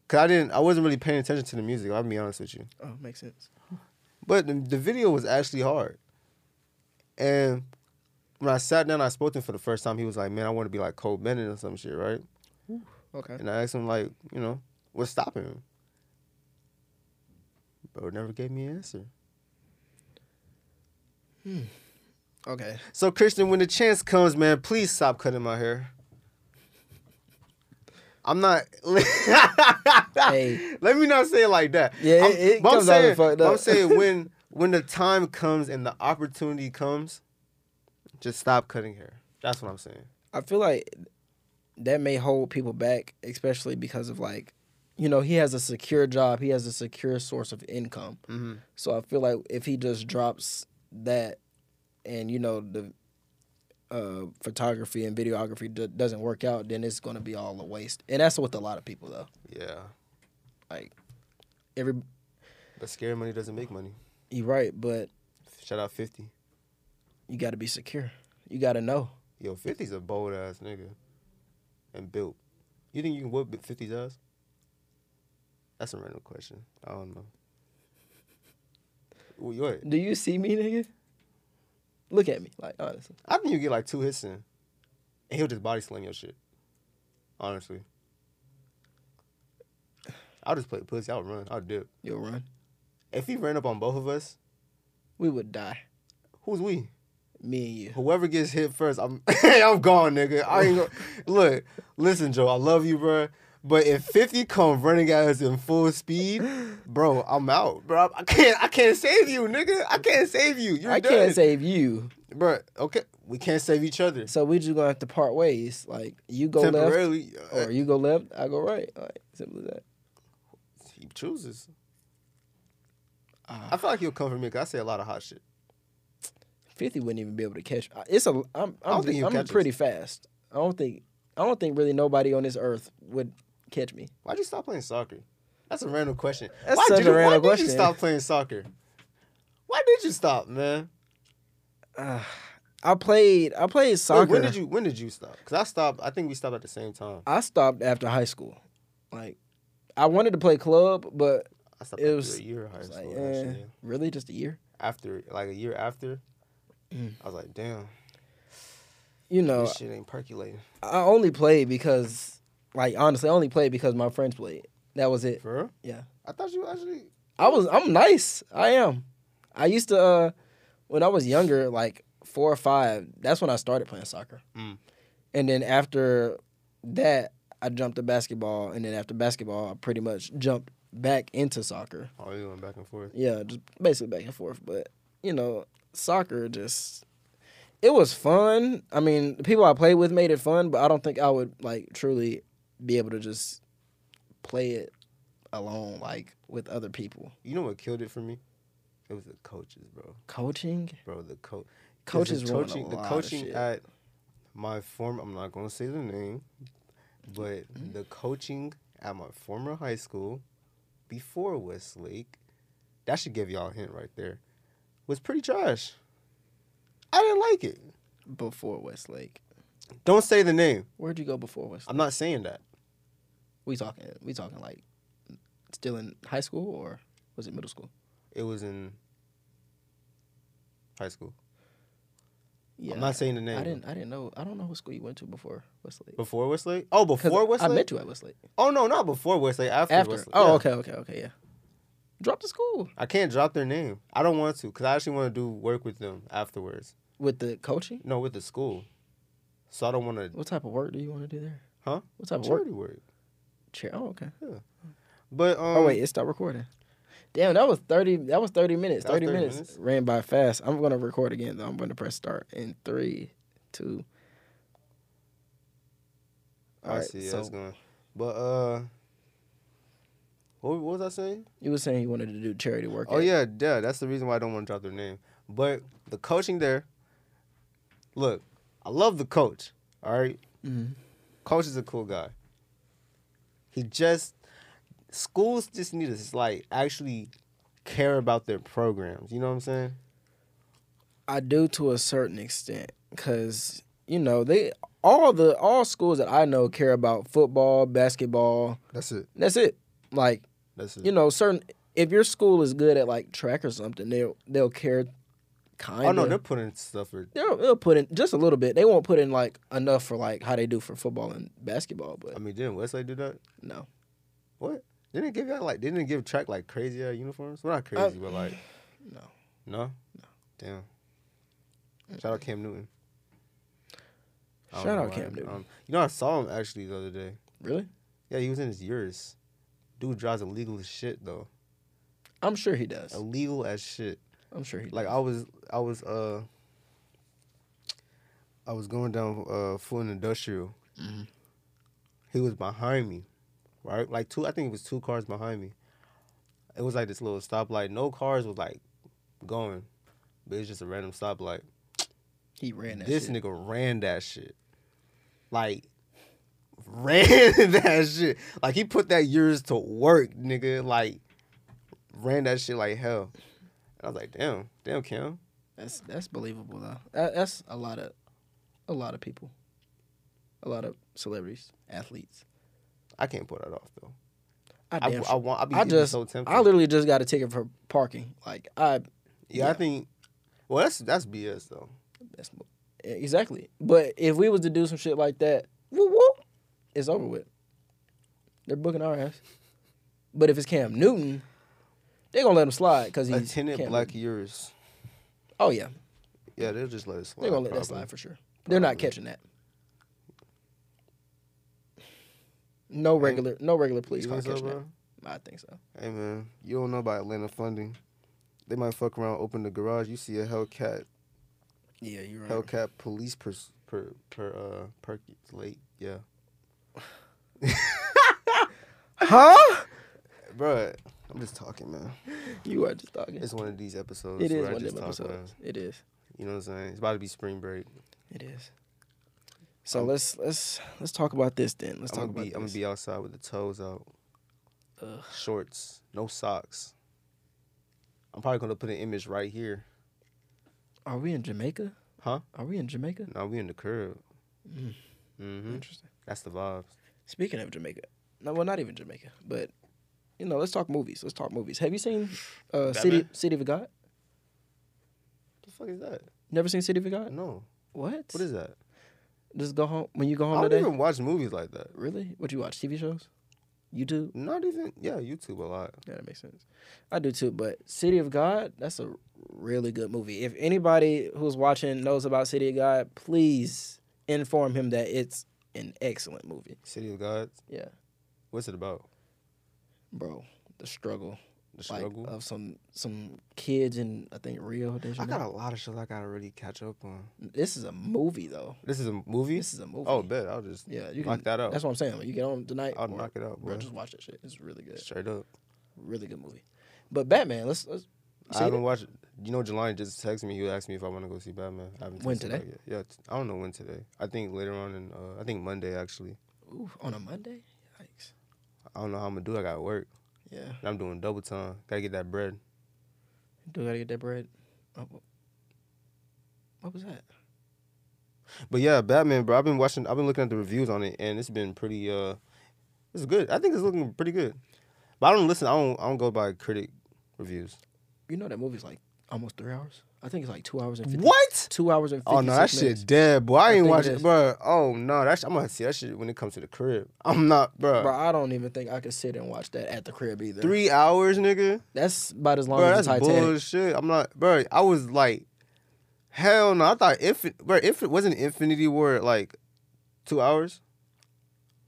Cause I didn't, I wasn't really paying attention to the music. I'll be honest with you.
Oh, makes sense.
But the, the video was actually hard. And when I sat down, I spoke to him for the first time. He was like, "Man, I want to be like Cole Bennett or some shit, right?"
Okay.
And I asked him like, you know, what's stopping him? Bro never gave me an answer.
Okay.
So Christian, when the chance comes, man, please stop cutting my hair. I'm not. [LAUGHS]
Hey.
Let me not say it like that.
Yeah,
I'm,
it- it
but I'm
comes out
saying-
fucked
but I'm
up.
saying
[LAUGHS]
when when the time comes and the opportunity comes, just stop cutting hair. That's what I'm saying.
I feel like that may hold people back, especially because of like, you know, he has a secure job, he has a secure source of income.
Mm-hmm.
So I feel like if he just drops that, and you know the uh, photography and videography d- doesn't work out, then it's going to be all a waste. And that's with a lot of people though.
Yeah,
Like every
but scary money doesn't make money.
you're right, but
Shout out Fifty.
you got to be secure. You got to know.
Yo, 50's a bold ass nigga, and built. You think you can whoop 50's ass? That's a random question. I don't know. Well, you ain't-
Do you see me, nigga? Look at me, like honestly.
I think you get like two hits in, and he'll just body slam your shit. Honestly, I'll just play pussy. I'll run. I'll dip.
You'll run.
If he ran up on both of us,
We would die,
who's we?
me and you.
Whoever gets hit first, I'm [LAUGHS] I'm gone, nigga. I ain't gonna look. Listen, Joe, I love you, bro. But if 50 come running at us in full speed, bro, I'm out, bro. I can't I can't save you, nigga. I can't save you. You're
I
done.
can't save you.
bro. Okay, we can't save each other
So we just gonna have to part ways. Like you go left,
temporarily. uh,
or you go left, I go right. Like simple as that.
he chooses.
Ah.
I feel like he'll come for me because I say a lot of hot shit.
Fifty wouldn't even be able to catch. I- It's a. I'm. I'm,
don't think he'll
I'm
catch
pretty fast. I don't think. I don't think really nobody on this earth would
[SIGHS]
catch me.
Why'd you stop playing soccer? That's a random question.
That's
why
such
did
a
you,
random
why
question.
did you stop playing soccer? Why did you stop, man?
I played. I played
Wait,
soccer.
when did you when did you stop? Because I stopped. I think we stopped at the same time.
I stopped after high school. Like, I wanted to play club, but
I stopped
It
after
was-
a year of high
it's
school.
like, eh,
actually.
really, just a year.
After like a year after,
Mm.
I was like, damn,
You know,
this shit ain't percolating.
I only played because, like, honestly, I only played because my friends played. That was it.
For real?
Yeah.
I thought you actually.
I was I'm nice. I am. I used to uh when I was younger, like four or five, that's when I started playing soccer.
Mm.
And then after that, I jumped to basketball and then after basketball I pretty much jumped back into soccer.
Oh, you went back and forth.
Yeah, just basically back and forth. But, you know, soccer just it was fun. I mean, the people I played with made it fun, but I don't think I would like truly be able to just play it alone, like with other people.
You know what killed it for me? It was the coaches, bro.
Coaching?
Bro, the coach.
Coaches
the
ruin a
coaching, the
lot of
coaching
shit.
at my former. I'm not gonna say the name, but
Mm.
the coaching at my former high school before Westlake, that should give y'all a hint right there, was pretty trash. I didn't like it.
before Westlake.
Don't say the name.
Where'd you go before West?
I'm not saying that.
We talking? We talking like still in high school or was it middle school?
It was in high school.
Yeah,
I'm not saying the name.
I didn't. I didn't know. I don't know what school you went to before Westlake.
Before Westlake? Oh, before Westlake?
I met you at Westlake.
Oh no, not before Westlake. After,
After.
Westlake.
Oh,
Yeah.
okay, okay, okay. Yeah. Drop the school
I can't drop their name. I don't want to because I actually want to do work with them afterwards.
with the coaching.
No, with the school. So I don't want to
What type of work do you want to do there?
Huh?
What type of work?
charity work.
Chair. Oh, okay.
But um,
Oh wait, it stopped recording. Damn, that was thirty. That was thirty minutes.
That was
Thirty,
30
minutes.
minutes.
ran by fast. I'm gonna record again though. I'm gonna press start in three, two. All
I
right,
see.
so
That's going. But uh, what, what was I saying?
you were saying you wanted to do charity work.
Oh
at-
yeah, yeah. That's the reason why I don't want to drop their name. But the coaching there. Look, I love the coach. All right,
Mhm.
coach is a cool guy. He just schools just need to like actually care about their programs. You know what I'm saying?
I do to a certain extent because you know they all the all schools that I know care about football, basketball.
That's it.
That's it. Like
That's it.
you know, certain if your school is good at like track or something, they will they'll care. Kind
oh no, they're putting stuff for
they'll, they'll put in just a little bit. They won't put in like enough for like how they do for football and basketball,
I
but
mean, didn't Westlake do that?
no.
What? They didn't give out like they didn't give track like crazy uh, uniforms. Well, not crazy, but like
[SIGHS] no.
no, no. Damn. Shout out Cam Newton. I don't
Shout
know
out
why.
Cam Newton.
Um, you know, I saw him actually the other day.
Really?
Yeah, he was in his Urus. Dude drives illegal as shit though.
I'm sure he does.
Illegal as shit.
I'm sure he does.
Like I was, I was, uh, I was going down uh Fulton Industrial.
Mhm.
He was behind me, right? Like two, I think it was two cars behind me. It was like this little stoplight. No cars was like going, but it's just a random stoplight.
he ran that
this
shit.
nigga ran that shit, like [LAUGHS] ran that shit. Like he put that years to work, nigga. Like ran that shit like hell. I was like, damn, damn, Cam.
That's that's believable though. That, that's a lot of a lot of people. A lot of celebrities, athletes.
I can't pull that off though.
I
I,
damn
I
sure.
want. I be
I
getting
just-
so tempted.
I literally just got a ticket for parking. Like I
yeah, I
yeah.
think. Well, that's that's BS though.
that's, e-, exactly. But if we was to do some shit like that, whoop, whoop, it's over with. They're booking our ass. But if it's Cam Newton, they're gonna let him slide because he's
Attendant
Cam
black
Newton.
years.
Oh yeah,
Yeah, they'll just let it slide.
they're gonna let that
probably.
slide for sure. They're not
Probably.
catching that. No regular, no regular police
You
car
think so,
catching that.
bro?
I think so.
Hey man, you don't know about Atlanta funding. They might fuck around, open the garage. You see a Hellcat,
Yeah, you're right.
Hellcat police per per per uh per late. Yeah,
Huh?
Bruh, I'm just talking, man.
You are just talking.
It's one of these episodes.
It is
where I
one of
just
them
talk, man.
episodes. It is.
You know what I'm saying? It's about to be spring break.
It is. So
I'm-
let's let's let's talk about this then. Let's
I'm
talk
gonna be
about
I'm gonna
this.
be outside with the toes out.
Ugh.
Shorts, no socks. I'm probably gonna put an image right here.
Are we in Jamaica?
Huh?
Are we in Jamaica?
Now we in the curb.
Mm.
hmm
Interesting.
That's the vibes.
Speaking of Jamaica, no, well, not even Jamaica, but you know, let's talk movies. Let's talk movies. Have you seen uh, City
Batman?
City of God?
The fuck is that?
Never seen City of God?
No.
What?
Mm-hmm. What is that?
Just go home when you go
I
home
don't
today.
even watch movies like that.
Really? What you watch? TV shows? YouTube?
Not even. Yeah, YouTube a lot.
Yeah, that makes sense. I do too. But City of God, that's a really good movie. If anybody who's watching knows about City of God, please inform him that it's an excellent movie.
City of Gods.
Yeah,
What's it about?
bro. The struggle,
The
like, uh,
struggle.
of some some kids in I think Rio. De
I
Janeiro.
got a lot of shows I gotta really catch up on.
This is a movie though.
This is a movie.
This is a movie.
Oh, bet I'll just
yeah, you
knock
can.
that out.
That's what I'm saying. When you get on tonight,
I'll
or-
knock it out,
bro,
bro.
just watch that shit. It's really good.
Straight up.
Really good movie. But Batman, let's let's. you
I
seen
haven't
it?
watched. You know, Jelani just texted me. He asked me if I want to go see Batman. I haven't
When
texted
today?
back Yet. Yeah, t- I don't know when today. I think later on, in, uh, I think Monday actually.
Ooh, on a Monday. Yikes.
I don't know how I'm gonna do. it. I got work.
Yeah.
And I'm doing double time. Gotta get that bread.
Do I gotta get that bread? Oh, wh- what was that?
But yeah, Batman, bro. I've been watching. I've been looking at the reviews on it, and it's been pretty. uh It's good. I think it's looking pretty good. But I don't listen. I don't. I don't go by critic reviews.
You know that movie's like almost three hours. I think it's like two hours and 50,
What?
two hours and
Oh no, that
56 minutes.
shit dead, boy. I,
I
ain't
think it
watch it,
is.
bro. Oh no, that's I'm gonna see that shit when it comes to the crib. I'm not, bro.
Bro, I don't even think I could sit and watch that at the crib either.
Three hours, nigga.
That's about as long
Bro,
as
that's
the Titanic.
bullshit. I'm not, bro. I was like, hell no. I thought if, bro, if it wasn't Infinity War, like two hours,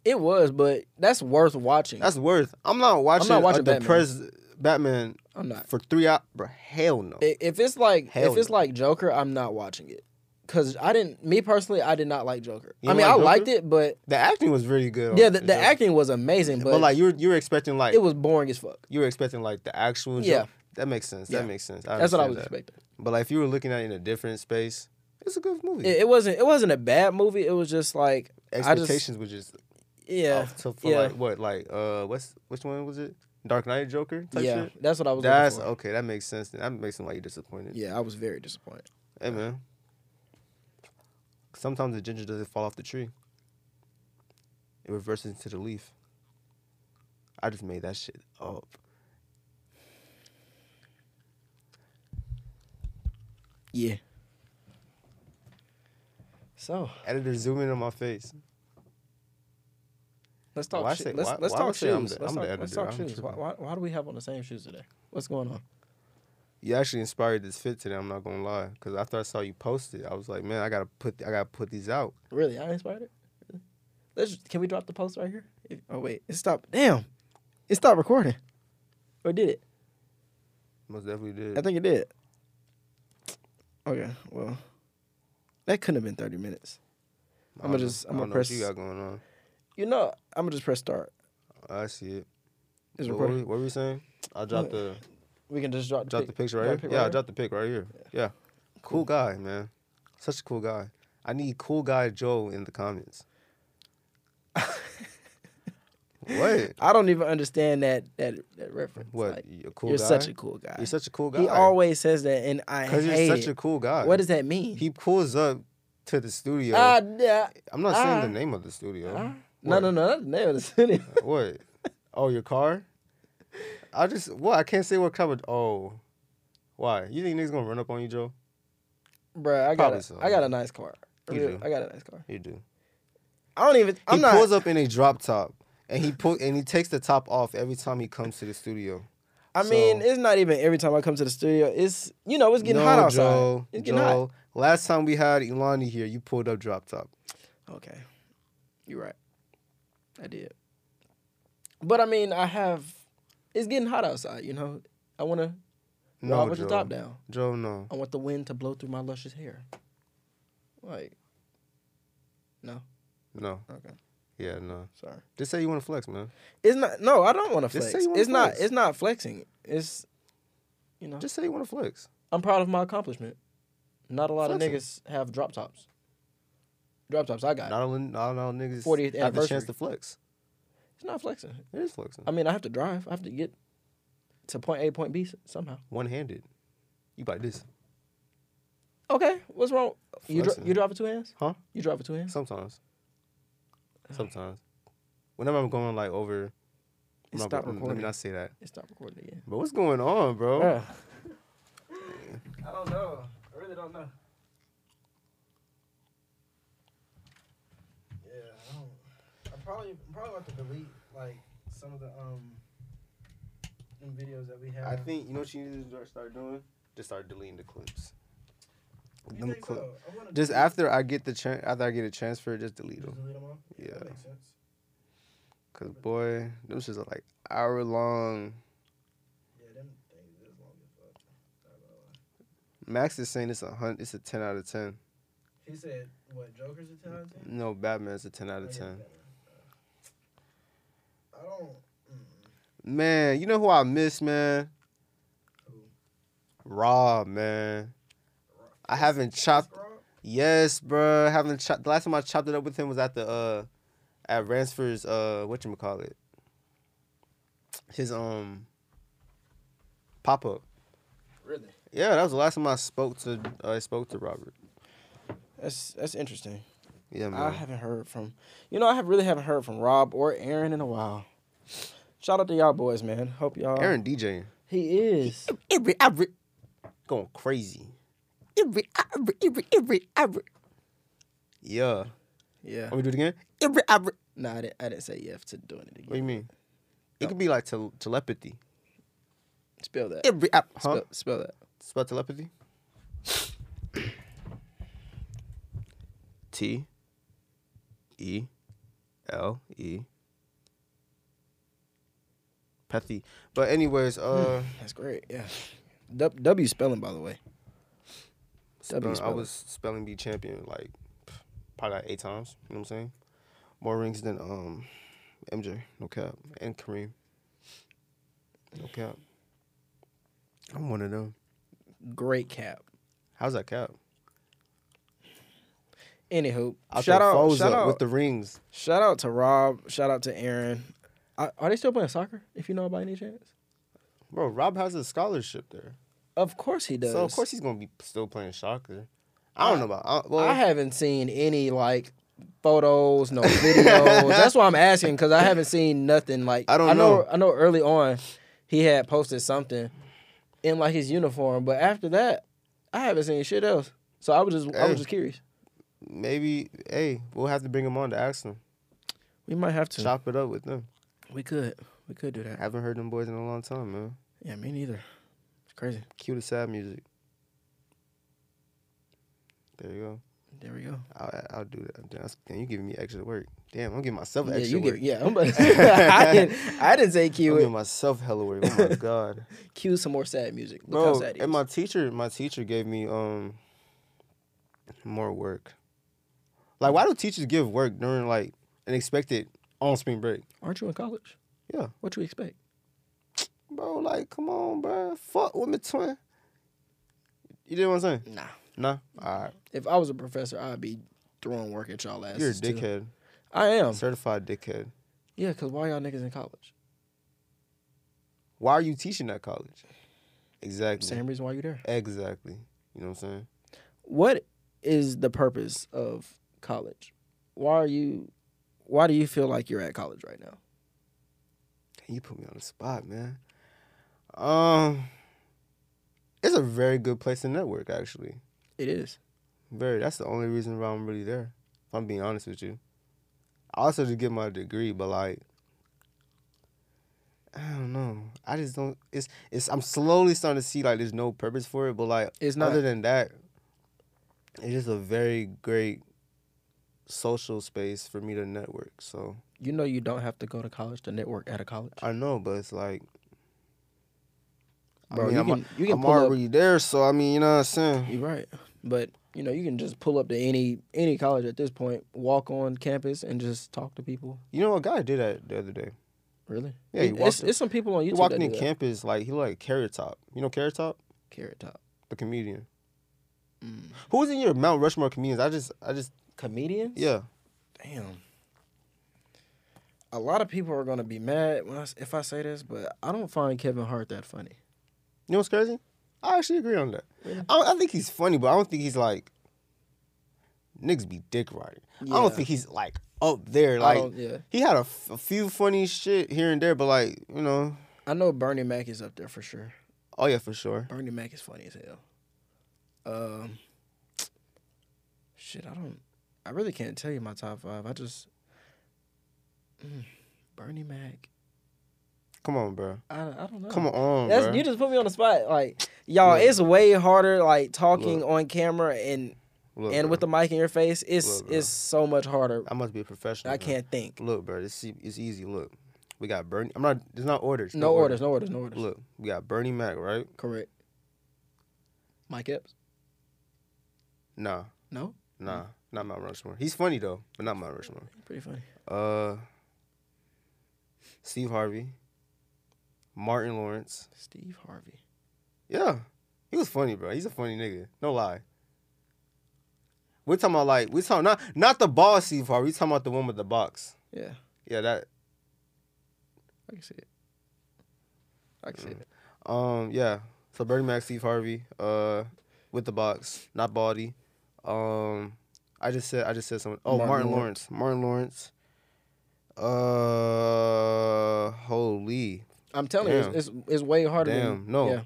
It was, but that's worth watching.
that's worth. I'm not watching.
watching
a
Batman.
depressed Batman
I'm not.
for three hours, bro. Hell no.
I- If it's like
Hell
if it's
no.
like Joker, I'm not watching it. Cause I didn't. Me personally, I did not like Joker.
You
I
didn't
mean, I
like Joker?
liked it, but
the acting was really good. on
yeah, the, the
Joker.
acting was amazing, but,
but like you were, you were expecting like
it was boring as fuck.
you were expecting like the actual.
Yeah.
Joker. that makes sense.
Yeah.
That makes sense.
That's what I
understand
was
that.
expecting.
But like, if you were looking at it in a different space, it's a good movie.
It, it wasn't. It wasn't a bad movie. It was just like I just-
Expectations were just
yeah,
off. So for
yeah.
like what, like uh, what's which one was it? Dark Knight Joker type
yeah.
shit.
That's what I was. looking
That's
for.
okay. That makes sense. Then. That makes them like you're disappointed.
Yeah, I was very disappointed.
Hey man. Sometimes the ginger doesn't fall off the tree. It reverses into the leaf. I just made that shit up.
Yeah. So
Editor zoom in on my face.
let's talk.
Why
shoe-
say-
let's
why-
let's
why
talk
would say I'm
shoes.
the-
let's
I'm the
talk, let's
editor?
talk
I'm
shoes. Why,
tripping.
why, why do we have on the same shoes today? What's going on?
You actually inspired this fit today. I'm not gonna lie, because after I saw you post it, I was like, man, I gotta put I gotta put these out.
Really, I inspired it. Really? Let's can we drop the post right here? If- oh wait, it stopped. Damn, it stopped recording. Or did it?
Most definitely did.
I think it did. Okay, well, that couldn't have been thirty minutes.
I
I'ma
don't
just-
know.
I'ma
I don't know what
press-
you got going on.
You know, I'm gonna just press start.
I see it. What,
It's
what,
recording. Uh,
were, what were you saying? I dropped the
We can just drop the
dropped the
pic-
picture right here.
drop the pic
yeah, I
right
dropped the pic right here. Yeah. Cool guy, man. Such a cool guy. I need cool guy Joe in the
[LAUGHS]
comments. what?
I don't even understand that that, that reference.
What?
Like,
you're a cool
you're
guy.
such a cool guy.
You're such a cool guy.
He always says that, and I
Cause
hate
you're such a
it.
cool guy.
What does that mean?
He pulls up to the studio.
ah, yeah.
I'm not saying
ah,
the name of the studio.
ah. No, no, no, not the name of the city.
What? Oh, your car? I just what? I can't say what kind of. Oh, why? You think niggas gonna run up on you, Joe?
[LAUGHS] Bruh, I got
Probably
a,
so.
I got a nice car. I
You
really-
do.
I got a nice car.
You do.
I don't even. I'm
he
not.
pulls up in a drop top, and he pull and he takes the top off every time he comes to the studio.
I mean,
so-
it's not even every time I come to the studio. It's you know, it's getting hot outside.
Joe,
it's
Joe.
getting hot.
Last time we had Ilani here, you pulled up drop top.
Okay, you're right. I did. But I mean, I have. It's getting hot outside. You know, I want to
No,
walk with
Joe.
the top down.
Joe, no.
I want the wind to blow through my luscious hair. Like, no,
No.
okay,
Yeah, no.
sorry.
Just say you want to flex, man.
It's not. No, I don't want to
Just
flex.
say you wanna
It's not.
flex.
It's not flexing. It's, you know,
Just say you want to flex.
I'm proud of my accomplishment. Not a lot
Flexing.
of niggas have drop tops. Drop tops, I got.
Not all, not all niggas
40th
have the chance
anniversary. Um,
to flex.
It's not flexing.
It is flexing.
I mean, I have to drive. I have to get to point A, point B s- somehow.
One handed. You like this.
Okay, what's wrong? You dri
Flexing.
you drive with two hands?
Huh?
You drive with two hands? [SIGHS]
Sometimes. Sometimes. Whenever I'm going like over.
It
I'm not
stopped
gonna- Let
recording.
me not say that.
It stopped recording again.
But what's going on, bro?
I don't know. I really don't know. Yeah, I don't. I'm probably I'm probably about to delete like some of the um them videos that we have.
I think you know what you need to start- start doing. Just start deleting the clips.
You
Them
think so?
clip-
I wanna
Just
delete-
after I get the tran after I get it transferred, just delete
just
them.
delete 'em all?
Yeah.
that makes sense.
Cause boy, them shits are like hour long.
Yeah, them things is long as fuck. Not gonna lie.
Max is saying it's a hunt. It's a ten out of ten.
He said, "What Joker's a ten out of 10?
No, Batman's a ten out of
I guess
ten.
Batman. Uh, I don't.
Man, you know who I miss, man?
Who?
Rob, man. I haven't chopped.
Rob?
Yes, bruh. Haven't chopped. The last time I chopped it up with him was at the uh, at Ransford's uh, what you call it? His um. Pop up.
Really?
Yeah, that was the last time I spoke to I spoke to Robert.
That's that's interesting.
Yeah,
I
man.
haven't heard from you know I have really haven't heard from Rob or Aaron in a while. Shout out to y'all boys, man. Hope y'all.
Aaron DJing.
He is.
Every, every, going crazy. Every, every, every, every, every. Yeah.
Yeah.
Let me do it again. Every, every.
Nah, I didn't, I didn't say yes to doing it
What do
again.
you mean? It could be like tel- telepathy.
Spell that.
Every, every. Huh?
Spell, spell that.
It's about telepathy. T E L E Pathy. But anyways, uh
That's great. Yeah. W, w spelling, by the way. W
spelling- I
spelling.
was spelling bee champion like pff, probably like eight times, you know what I'm saying? More rings than um MJ, no cap. And Kareem. No cap. I'm one of them.
Great cap.
How's that cap?
Anywho,
I'll
shout
take
out,
foes
shout
up
out,
with the rings.
shout out to Rob. Shout out to Aaron. I, are they still playing soccer? If you know about any chance.
Bro, Rob has a scholarship there.
Of course he does.
So of course he's gonna be still playing soccer. I don't know about I, well,
I haven't seen any like photos, no [LAUGHS] videos. That's why I'm asking because I haven't seen nothing. Like
I don't know.
I know early on he had posted something in like his uniform, but after that, I haven't seen shit else. So I was just I
Hey.
was just curious.
maybe hey, we'll have to bring him on to ask them.
We might have to.
Chop it up with them.
We could. We could do that.
Haven't heard them boys in a long time, man.
Yeah, me neither. It's crazy.
Cue the sad music. There you go.
There we go.
I'll, I'll do that. Damn, that's- damn, you giving me extra work. Damn, I'm giving myself
Yeah,
extra
you
work.
get,
[LAUGHS]
yeah. I'm about- I didn't. I didn't say
I'm
cue
giving
it.
myself hella work. Oh
[LAUGHS]
my god,
Cue some more sad music. Look how
bro.
sad he
And
is.
my teacher, my teacher gave me um more work. Like, why do teachers give work during like an expected on spring break?
Aren't you in college?
Yeah.
What you expect?
Bro, like, come on, bro. Fuck with me, twin. You did what I'm saying?
Nah.
Nah. All right.
If I was a professor, I'd be throwing work at y'all asses.
You're a
too.
dickhead.
I am.
Certified dickhead.
Yeah, because why y'all niggas in college?
Why are you teaching at college? Exactly.
Same reason why you there.
Exactly. You know what I'm saying?
What is the purpose of college? Why are you? Why do you feel like you're at college right now?
Damn, You put me on the spot, man. Um, it's a very good place to network, actually.
It is.
Very. That's the only reason why I'm really there. If I'm being honest with you. I also to get my degree, but like, I don't know. I just don't. It's it's. I'm slowly starting to see like there's no purpose for it, but like
It's not.
other than that, it's just a very great social space for me to network. So
You know, you don't have to go to college to network at a college.
I know, but it's like.
Bro,
I mean,
you
I'm,
can- you can
I'm
pull up-
already there, so I mean, you know what I'm saying.
You're right, but you know, you can just pull up to any any college at this point, walk on campus, and just talk to people.
You know, a guy did that the other day.
Really?
Yeah, he
It-
walked
it's,
in-
it's some people on
He
YouTube
walked
that
in
do that.
campus like he looked like Carrot Top. You know Carrot Top,
Carrot top
the comedian.
Mm.
Who was in your Mount Rushmore comedians? I just, I just,
comedians.
yeah.
Damn. A lot of people are gonna be mad when I s if I say this, but I don't find Kevin Hart that funny.
You know what's crazy? I actually agree on that. I, I think he's funny, but I don't think he's like niggas be dick riding. I
Yeah.
don't think he's like up there. Like
don't- yeah.
he had a, f- a few funny shit here and there, but like you know,
I know Bernie Mac is up there for sure.
oh yeah, for sure.
Bernie Mac is funny as hell. Um, shit, I don't. I really can't tell you my top five. I just Mm, Bernie Mac.
Come on, bro.
I, I don't know.
Come on,
That's
bro.
you just put me on the spot. Like y'all,
Look.
it's way harder like talking on camera and
Look,
and
bro,
with the mic in your face. It's
Look, bro.
it's so much harder.
I must be a professional.
I
bro.
can't think.
Look, bro. It's e- it's easy. Look, we got Bernie. I'm not. There's not orders.
No orders, no orders, no orders.
Look, we got Bernie Mac, right?
Correct. Mike Epps?
Nah,
No?
nah, not Mount Rushmore. He's funny though, but not Mount Rushmore.
Pretty funny.
Uh, Steve Harvey, Martin Lawrence.
Steve Harvey.
Yeah, he was funny, bro. He's a funny nigga. No lie. We're talking about like we're talking not not the ball Steve Harvey. We're talking about the one with the box.
Yeah,
Yeah, that.
I can see it. I can see it.
Um, yeah. So Bernie Mac, Steve Harvey, uh, with the box, not Baldy. Um, I just said I just said someone. Oh,
Martin
Martin, Lawrence. Martin Lawrence. Uh, holy
I'm telling you,
Damn.
it's, it's it's way harder.
damn!
than,
No,
yeah.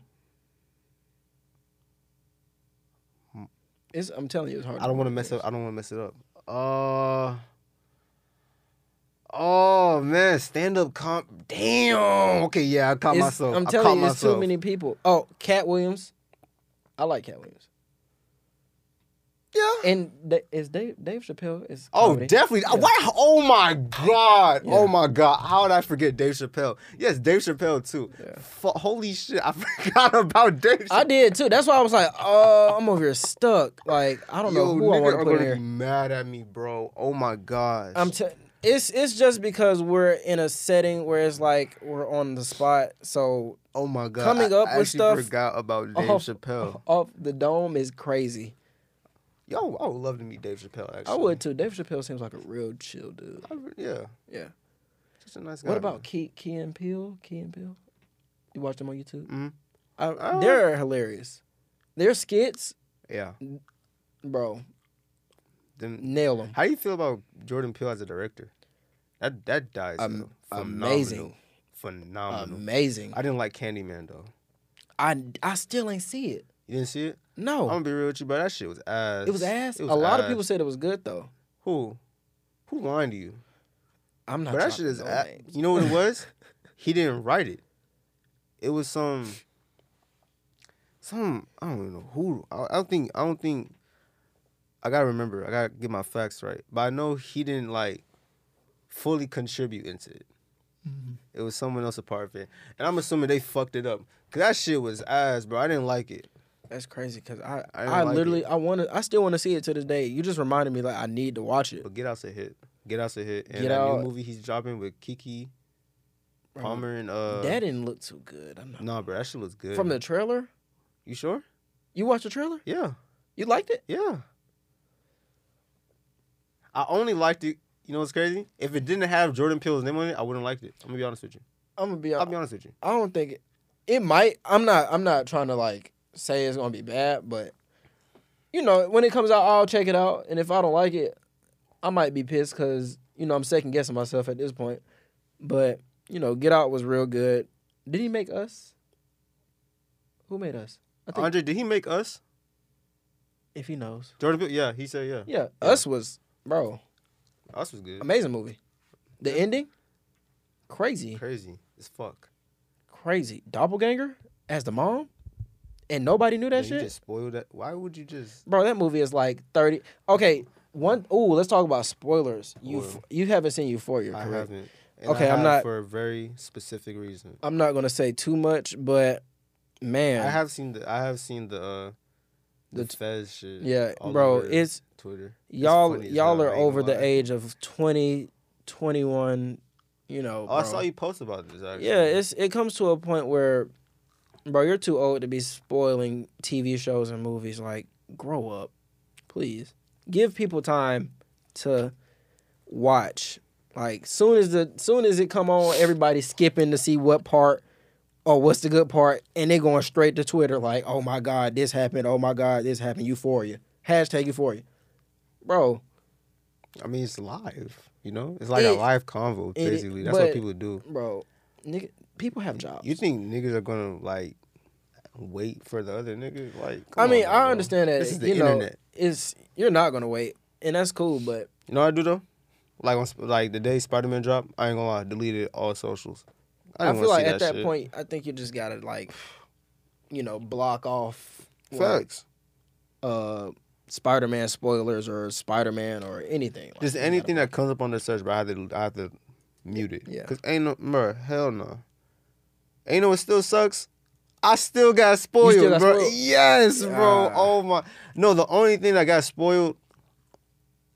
It's, I'm telling you, it's hard.
I don't want to mess up. I don't want to mess it up. Uh. Oh man, stand up comp. Damn. Okay, yeah, I caught
It's-
myself.
I'm
I
telling
caught
you, it's
myself.
too many people. Oh, Cat Williams. I like Cat Williams.
Yeah.
And Da- is Dave Dave Chappelle is
Oh,
comedy.
definitely.
Yeah.
Why? Oh my God.
Yeah.
Oh my God. How did I forget Dave Chappelle? Yes, Dave Chappelle too.
Yeah.
Fu holy shit, I [LAUGHS] forgot about Dave. Chappelle.
I did too. That's why I was like, oh, I'm over here stuck. Like I don't
Yo,
know who I
nigga
want to
are
put in
gonna
here.
be mad at me, bro. Oh my gosh.
I'm t- it's it's just because we're in a setting where it's like we're on the spot. So
oh my God.
coming
I
up with
actually
stuff- Oh.
Forgot about Dave
off-
Chappelle.
off the dome is crazy.
Yo, I would love to meet Dave Chappelle. Actually,
I would too. Dave Chappelle seems like a real chill dude.
I re- yeah,
Yeah.
just a nice guy.
What about Key Key and Peele? Key and Peele. You watch them on YouTube?
Mhm.
I,
Uh,
they're hilarious. Their skits,
Yeah.
bro,
Then,
nail them.
how do you feel about Jordan Peele as a director? That that dies.
Am-
Phenomenal.
amazing,
Phenomenal.
amazing.
I didn't like Candyman though.
I I still ain't see it.
You didn't see it?
No,
I'm gonna be real with you, but that shit was ass.
Oh. it was ass.
It was
a lot of
ass.
people said it was good though.
Who? Who lying to you?
I'm not.
But that
dropping
shit is.
no
a-
names.
you know what it was? [LAUGHS] he didn't write it. It was some. Some I don't even know who. I, I don't think. I don't think. I gotta remember. I gotta get my facts right. But I know he didn't like fully contribute into it.
Mm-hmm.
It was someone else a part of it, and I'm assuming they fucked it up. Cause that shit was ass, bro. I didn't like it.
That's crazy because I
I
I,
didn't like
literally I want to I still want to see it to this day. You just reminded me like I need to watch it.
But Get Out's a hit. Get Out's a hit. And
Get
that
Out-
new movie he's dropping with Kiki
Bro,
Palmer and uh.
that didn't look too good. I'm not.
Nah, bro, that shit looks good.
From the trailer,
you sure?
you watched the trailer?
Yeah,
You liked it?
yeah. I only liked it. You know what's crazy? If it didn't have Jordan Peele's name on it, I wouldn't liked it. I'm gonna be honest with you.
I'm gonna be.
I'll be honest with you.
I don't think it, it might. I'm not. I'm not trying to like say it's gonna be bad, but you know, when it comes out, I'll check it out. And if I don't like it, I might be pissed because you know I'm second guessing myself at this point. But you know, Get Out was real good. Did he make Us? Who made Us? I think
Andre, did he make Us?
if he knows.
Jordan Peele? Yeah, he said yeah.
Yeah, Us was bro
Us was good.
amazing movie. The ending, crazy,
Crazy as fuck.
crazy. Doppelganger as the mom, and nobody knew that
Man,
shit.
You just spoiled that. Why would you just?
Bro, that movie is like thirty. Okay, one. Ooh, let's talk about spoilers. You
Spoiler.
you haven't seen Euphoria,
I
correct?
haven't. And
Okay,
I
I'm
have
not-
for a very specific reason.
I'm not gonna say too much, but man,
I have seen the. I have seen the. Uh, the
The t-
Fez shit.
yeah,
all
bro,
over
it's
Twitter. It's
y'all
funny as
y'all
hell,
are
I ain't gonna
over the
lie.
age of 20, 21, You know,
Oh, I
bro.
saw you post about this. Actually.
Yeah, it's it comes to a point where, bro, you're too old to be spoiling TV shows and movies. Like, grow up, please. Give people time to watch. Like, soon as the soon as it come on, everybody's skipping to see what part or what's the good part, and they going straight to Twitter. Like, oh my god, this happened. Oh my god, this happened. Euphoria. Hashtag Euphoria. Bro,
I mean, it's live. You know, it's like a
It-
live convo.
it-
Basically, that's what
but-
people do.
bro, nigga, people have jobs.
You think niggas are gonna like wait for the other nigga? Like,
I
come
mean,
on,
I
bro.
understand that
This is the
you know
internet.
it's you're not gonna wait, and that's cool. But
You know what I do though? Like on Sp- like the day Spider Man dropped, I ain't gonna lie, deleted all socials. I,
I,
didn't
feel
wanna
like
see
at that
shit.
point, I think you just gotta like, you know, block off like,
facts.
uh, Spider-Man spoilers or Spider-Man or anything. Like,
Just
you
anything that comes up on the search, but I have to I have to mute it.
Yeah.
Cause ain't no, bro, hell no. Ain't no, it still sucks. I still got spoiled,
got
bro.
spoiled?
Yes, bro.
Yeah.
Oh my. No, the only thing that got spoiled.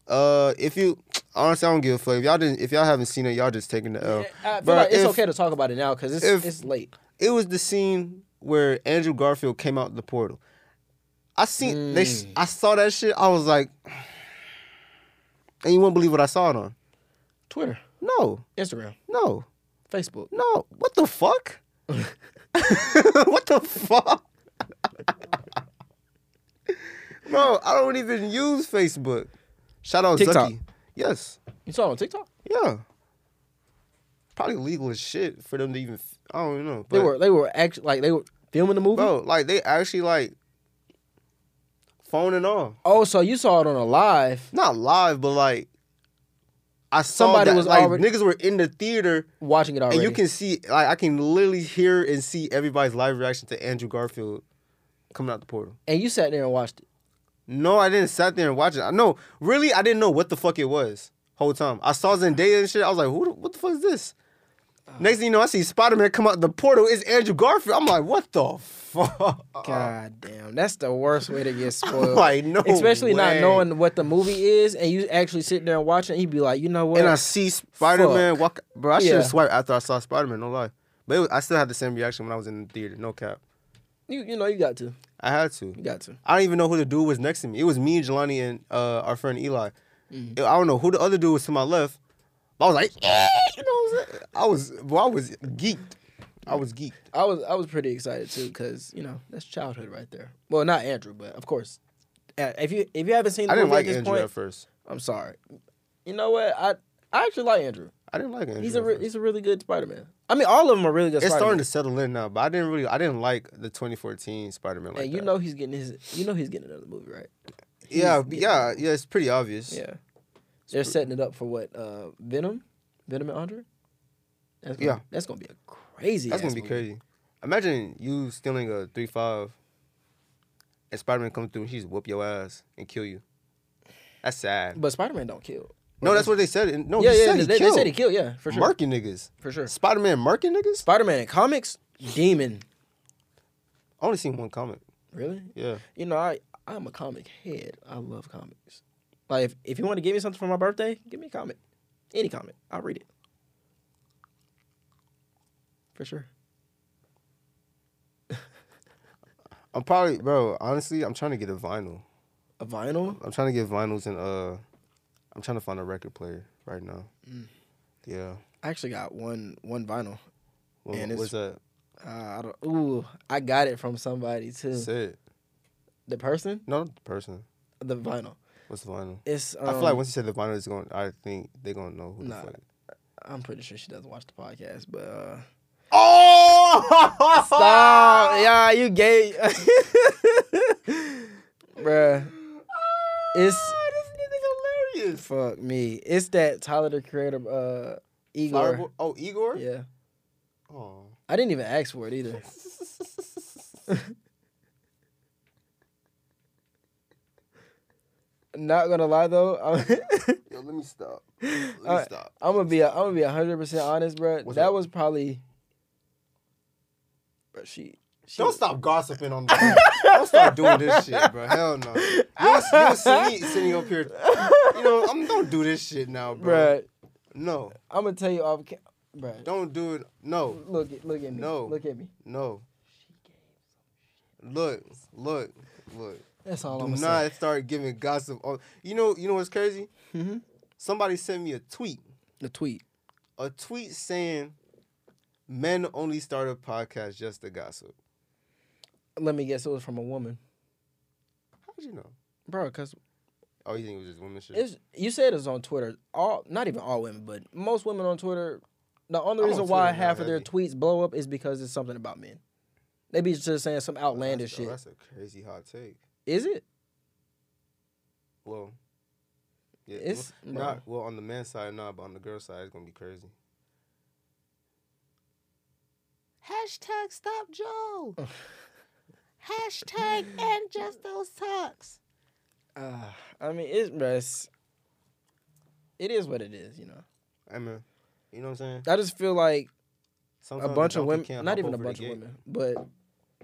Uh, if you honestly, I don't give a fuck. If y'all didn't, if y'all haven't seen it, y'all just taking the L.
gotta- I feel
Bro,
like uh, it's
if-
okay to talk about it now because it's
if-
it's late.
It was the scene where Andrew Garfield came out the portal. I seen they. s-
Mm.
I saw that shit. I was like, [SIGHS] and you won't believe what I saw it on.
Twitter,
No,
Instagram,
no.
Facebook.
No, what the fuck? [LAUGHS] what the fuck? [LAUGHS] Bro, I don't even use Facebook. Shout out
TikTok.
Zucky. Yes.
You saw it on TikTok?
Yeah. Probably legal as shit for them to even. f- I don't even know. But,
they were they were actually like they were filming the movie.
[LAUGHS] bro. Like they actually like phoning off.
Oh, so you saw it on a live
Not live, but like I saw
Somebody
that,
was
like
already-
niggas were in the theater
watching it already.
and you can see like I can literally hear and see everybody's live reaction to Andrew Garfield coming out the portal.
and you sat there and watched it.
No, I didn't sat there and watch it. I know, really, I didn't know what the fuck it was whole time. I saw Zendaya and shit. I was like, who? The, what the fuck is this?
Uh.
Next thing you know, I see Spider Man come out the portal. It's Andrew Garfield. I'm like, what the fuck?
God damn, that's the worst way to get spoiled.
Ah. [LAUGHS] like, no
especially not
way.
knowing what the movie is, and you actually sit there and watch it, and you be like, you know what?
And I see Spider Man walk. Bro, I should have
Yeah.
swiped after I saw Spider Man. No lie, but it was, I still had the same reaction when I was in the theater. No cap,
you you know you got to,
I had to.
you got to.
I don't even know who the dude was next to me. It was me, Jelani, and uh, our friend Eli.
Mm.
I don't know who the other dude was to my left. But I was like, "Eh," you know what I'm saying? I was, well, I was geeked. I was geeked.
I was I was pretty excited too because you know that's childhood right there. Well, not Andrew, but of course, Uh, if you if you haven't seen the
I didn't
movie
like
at this
Andrew
point,
at first.
I'm sorry. You know what? I I actually like Andrew.
I didn't like Andrew.
He's a
at
re-
first.
he's a really good Spider Man. I mean, all of them are really good.
it's starting
Spider-Man.
to settle in now, but I didn't really, I didn't like the 2014 Spider-Man like
and you
that.
know he's getting his you know he's getting another movie, right?
yeah,
he's-
b- yeah, yeah. It's pretty obvious.
Yeah. They're setting it up for what? Uh, Venom, Venom and Andre. That's gonna,
Yeah.
That's gonna be a crazy.
that's gonna be
crazy.
crazy. Imagine you stealing a three five, and Spider-Man comes through and she just whoop your ass and kill you. That's sad.
But Spider Man don't kill.
No, that's what they said. No,
yeah,
he
yeah.
said
They,
he
they
killed.
said he killed. Yeah, for sure.
Marking niggas.
For sure.
Spider Man marking niggas?
Spider Man in comics, demon.
I only seen one comic.
Really?
Yeah.
You know, I I'm a comic head. I love comics. Like if, if you want to give me something for my birthday, give me a comic. Any comic. I'll read it. For sure.
I'm probably bro, honestly, I'm trying to get a vinyl.
A vinyl?
I'm trying to get vinyls and uh I'm trying to find a record player right now.
Mm.
Yeah.
I actually got one one vinyl.
Well,
And it's-
what's that?
Uh, I don't ooh, I got it from somebody too.
Say it.
The person?
No, not the person.
The vinyl.
What's the vinyl?
It's um,
I feel like once you said the vinyl is going I think they're gonna know who
Nah.
the fuck.
I'm pretty sure she doesn't watch the podcast, but uh
Oh
[LAUGHS] Stop. [LAUGHS] Yeah, you gay. Bruh. It's
Ah, this nigga's hilarious.
Fuck me. It's that Tyler the Creator uh Igor.
Flower Boy- Oh, Igor?
Yeah.
Oh.
I didn't even ask for it either. Not gonna lie though, [LAUGHS] I'm,
[LAUGHS] Yo, let me stop. Let me
Alright.
stop.
I'm gonna be a, I'm gonna be hundred percent honest, bro.
What's
that
up?
was probably. But she, she
Don't stop gossiping on me. Don't stop doing this shit, bro. Hell no. You don't, you don't see me sitting up here. You know, I'm, don't do this shit now, bro.
bro.
No,
I'm gonna tell you off, ca- bro.
don't do it. No,
Look, at- look at me.
No.
Look at me.
no. Look, look, look.
That's all
Do
I'm gonna
not start giving gossip. On, you know, you know what's crazy?
say. Mm-hmm.
Somebody sent me a tweet,
The tweet.
a tweet saying, "Men only start a podcast just to gossip."
Let me guess. It was from a woman,
How'd you know?
bro. Cause
Oh, you think it was just women shit?
It's you said it's on Twitter. All not even all women, but most women on Twitter. The only
I'm on
reason why
Twitter now,
half of their
heavy.
tweets blow up is because it's something about men. They be just saying some
Oh, that's-
outlandish
oh,
shit.
that's a crazy hot take.
Is it?
Well, yeah,
It's-
well,
bro.
not well on the man's side, nah, but on the girl's side, it's gonna be crazy. Hashtag stop Joe. Hashtag and just those socks.
Uh, I mean, it's, bruh, it's it is what it is. You know,
Hey man, you know what I'm saying?
I just feel like
Sometimes
a bunch
donkey
of women,
can't
not
hop
even a
over the
bunch of
gate.
women, but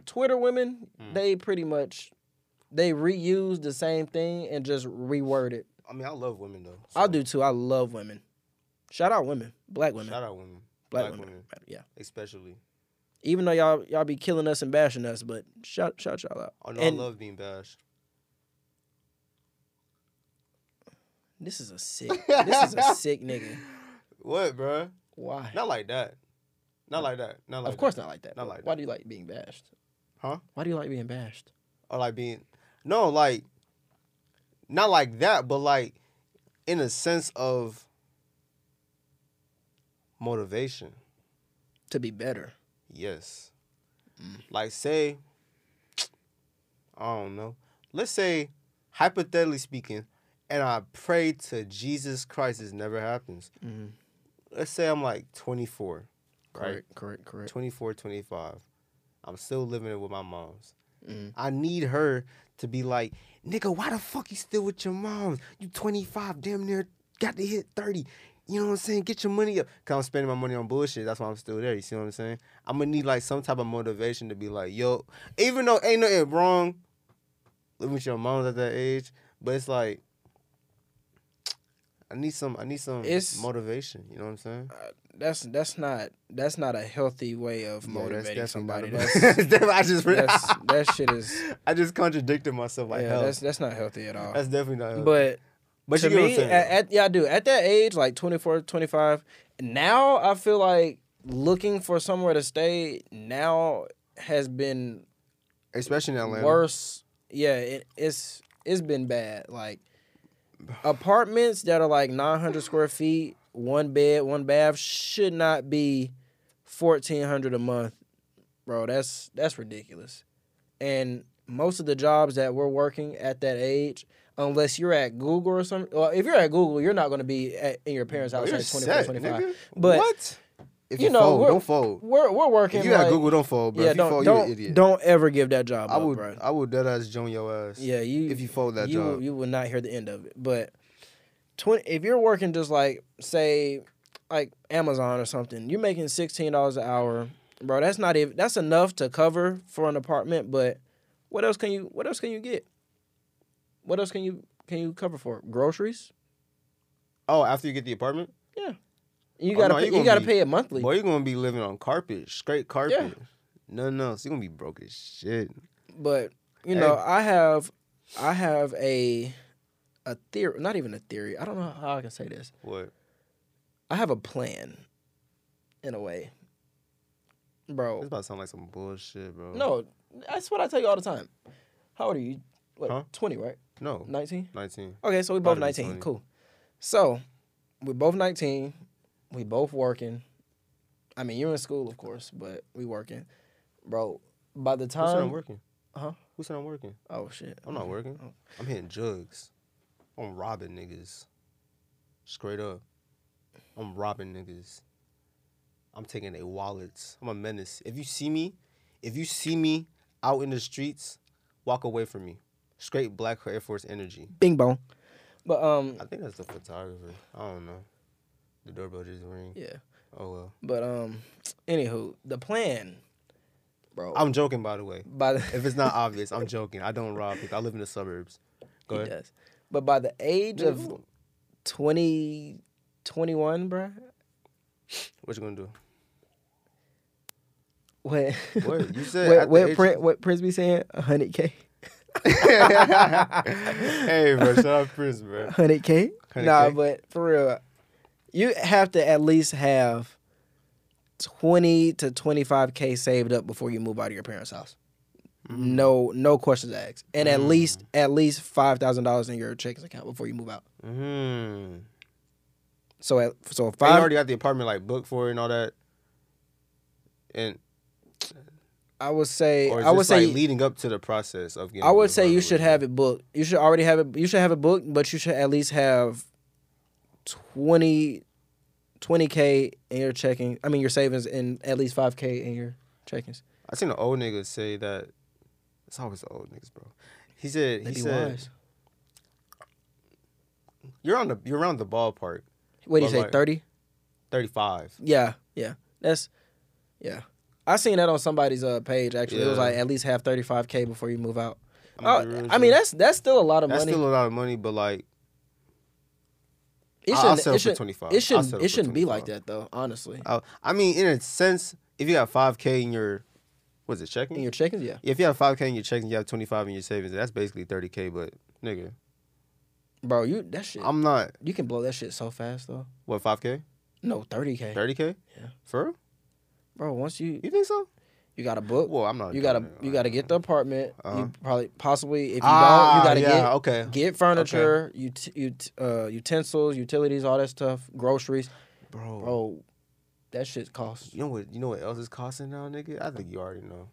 Twitter women,
Mm.
they pretty much they reuse the same thing and just reword it.
I mean, I love women though.
I
so
do too. I love women. Shout out women, black women,
Shout out women,
black,
black
women.
women.
yeah.
especially.
even though y'all y'all be killing us and bashing us, but shout shout y'all out.
Oh no,
and
I love being bashed.
this is a sick this
[LAUGHS]
is a sick nigga.
What, bruh?
Why?
Not like that. Not like that. Not like
of course
that.
not like that.
Not
but
like
why
that.
do you like being bashed?
Huh?
Why do you like being bashed?
or like being no like not like that but like in a sense of motivation.
to be better.
Yes. Like say, I don't know. Let's say, hypothetically speaking, and I pray to Jesus Christ this never happens.
Mhm.
Let's say I'm like 24, right?
Correct, correct, correct.
24, 25. I'm still living it with my moms.
Mhm.
I need her to be like, nigga, why the fuck you still with your moms? You 25, damn near got to hit 30. You know what I'm saying? Get your money up. Cause I'm spending my money on bullshit. That's why I'm still there. You see what I'm saying? I'm gonna need like some type of motivation to be like, yo, even though ain't nothing wrong living with your moms at that age, but it's like I need some I need some
It's-
motivation. You know what I'm saying?
That's that's not that's not a healthy way of
Yeah, that's
motivating
definitely not
somebody.
about- [LAUGHS]
That's,
I just
that's that shit is
[LAUGHS] I just contradicted myself like
yeah,
hell.
that's
That's,
that's not healthy at all.
definitely not. Healthy.
But
but
to
you get what I'm
me,
saying.
at, at yeah, I do. At that age, like 24, 25, now I feel like looking for somewhere to stay now has been
especially in Atlanta.
worse. Yeah, it, it's it's been bad. Like apartments that are like nine hundred square feet, one bed, one bath, should not be fourteen hundred a month, bro. That's that's ridiculous. And most of the jobs that we're working at that age, unless you're at Google or something, well, if you're at Google, you're not going to be at, in your parents' house
You're
at 24,
set,
25.
nigga.
But
what? If you,
you know,
fold,
we're-
don't fold.
We're we're working.
If you at
like-
Google, don't fold, bro.
yeah,
if you
don't
fold, you're
don't
an idiot.
don't ever give that job
I
up,
would
bro.
I would dead ass join your ass.
Yeah, you.
If you fold that
you,
job.
you will not hear the end of it. But twenty, if you're working just like say, like Amazon or something, you're making sixteen dollars an hour, bro. That's not even. That's enough to cover for an apartment. But what else can you? What else can you get? What else can you can you cover for? Groceries.
Oh, after you get the apartment,
You
Oh,
gotta
no,
pay,
you
you,
gonna
gotta
be-
pay it monthly.
boy, you're gonna be living on carpet, straight carpet. Nothing else. You're gonna be broke as shit.
But you
Hey.
know, I have I have a a theory. Not even a theory. I don't know how I can say this.
What?
I have a plan, in a way,
This
bro.
about to sound like some bullshit, bro.
No, that's what I tell you all the time. How old are you? What,
Huh?
twenty, right?
no,
Nineteen.
nineteen.
Okay, so we both
About to be 20.
nineteen. Cool. So, we both nineteen. We both working. I mean, you're in school, of course, but we working, bro. By the
Who said I'm
time,
working?
huh?
Who said I'm working?
oh shit,
I'm not working.
Oh.
I'm hitting jugs. I'm robbing niggas. Straight up. I'm robbing niggas. I'm taking their wallets. I'm a menace. If you see me, if you see me out in the streets, walk away from me. Straight black Air Force energy.
Bing bong. But um,
I think that's the photographer. I don't know. The doorbell just ring.
yeah.
Oh well.
But um, anywho, the plan, bro.
I'm joking by the way.
by the
If it's not obvious, I'm joking. I don't rob people. I live in the suburbs. Go
He
ahead.
does. But by the age of
Nigga,
20, 21, bruh,
What you gonna do? [LAUGHS]
what,
What?
[LAUGHS]
You said at
what,
the
what,
age-
Prin- what Prince be saying? 100K? [LAUGHS]
hey, bro, shout out Prince, bro.
100K?
100K?
Nah, but for real, you have to at least have 20 to 25K saved up before you move out of your parents' house.
Mm-hmm.
No, no questions asked, and
Mm.
at least at least five thousand dollars in your checking account before you move out. Mm-hmm.
Mm.
So, at, so
I
five.
already got the apartment like booked for it and all that. And
I would say,
or is
I would
this,
say,
like leading up to the process of getting.
I would
the
say you
apartment
should
with it?
have it booked. You should already have it. You should have it booked, but you should at least have 20 k in your checking. I mean, your savings and at least five k in your checkings.
I seen an old nigga say that. It's always the old niggas, bro. He said.
They
He
be
said
wise.
you're on the you're around the ballpark.
What do
but
you say?
like-
Thirty?
Thirty five.
Yeah, yeah. That's yeah. I seen that on somebody's uh, page actually. It was
Yeah.
like at least have thirty five k before you move out.
I'm
Oh,
gonna be real
I
with
mean,
you.
that's that's still a lot of
that's
money.
still a lot of money, but like
it
I'll
shouldn't,
settle
it
for
shouldn't-
25. I'll
It shouldn't,
settle
it
for
shouldn't be like
25.
that though. Honestly,
I, I mean, in a sense, if you got five k in your, what's it checking?
in your checkings, yeah.
If you have five k in your checking, you have twenty five in your savings. That's basically thirty k. But nigga,
Bro, you that shit.
I'm not
You can blow that shit so fast though.
what five k,
No, thirty k,
thirty k.
Yeah.
For real?
bro. Once you
You think so?
You got a book.
Well, I'm not.
you gotta
doing it
you
like
gotta
that.
get the apartment.
Uh-huh.
You probably possibly if you
Ah,
don't, you gotta
yeah,
get
okay.
get furniture, ut- ut- uh, utensils, utilities, all that stuff, groceries.
bro,
Bro, that shit costs.
You know what? You know what else is costing now, nigga? I think you already know.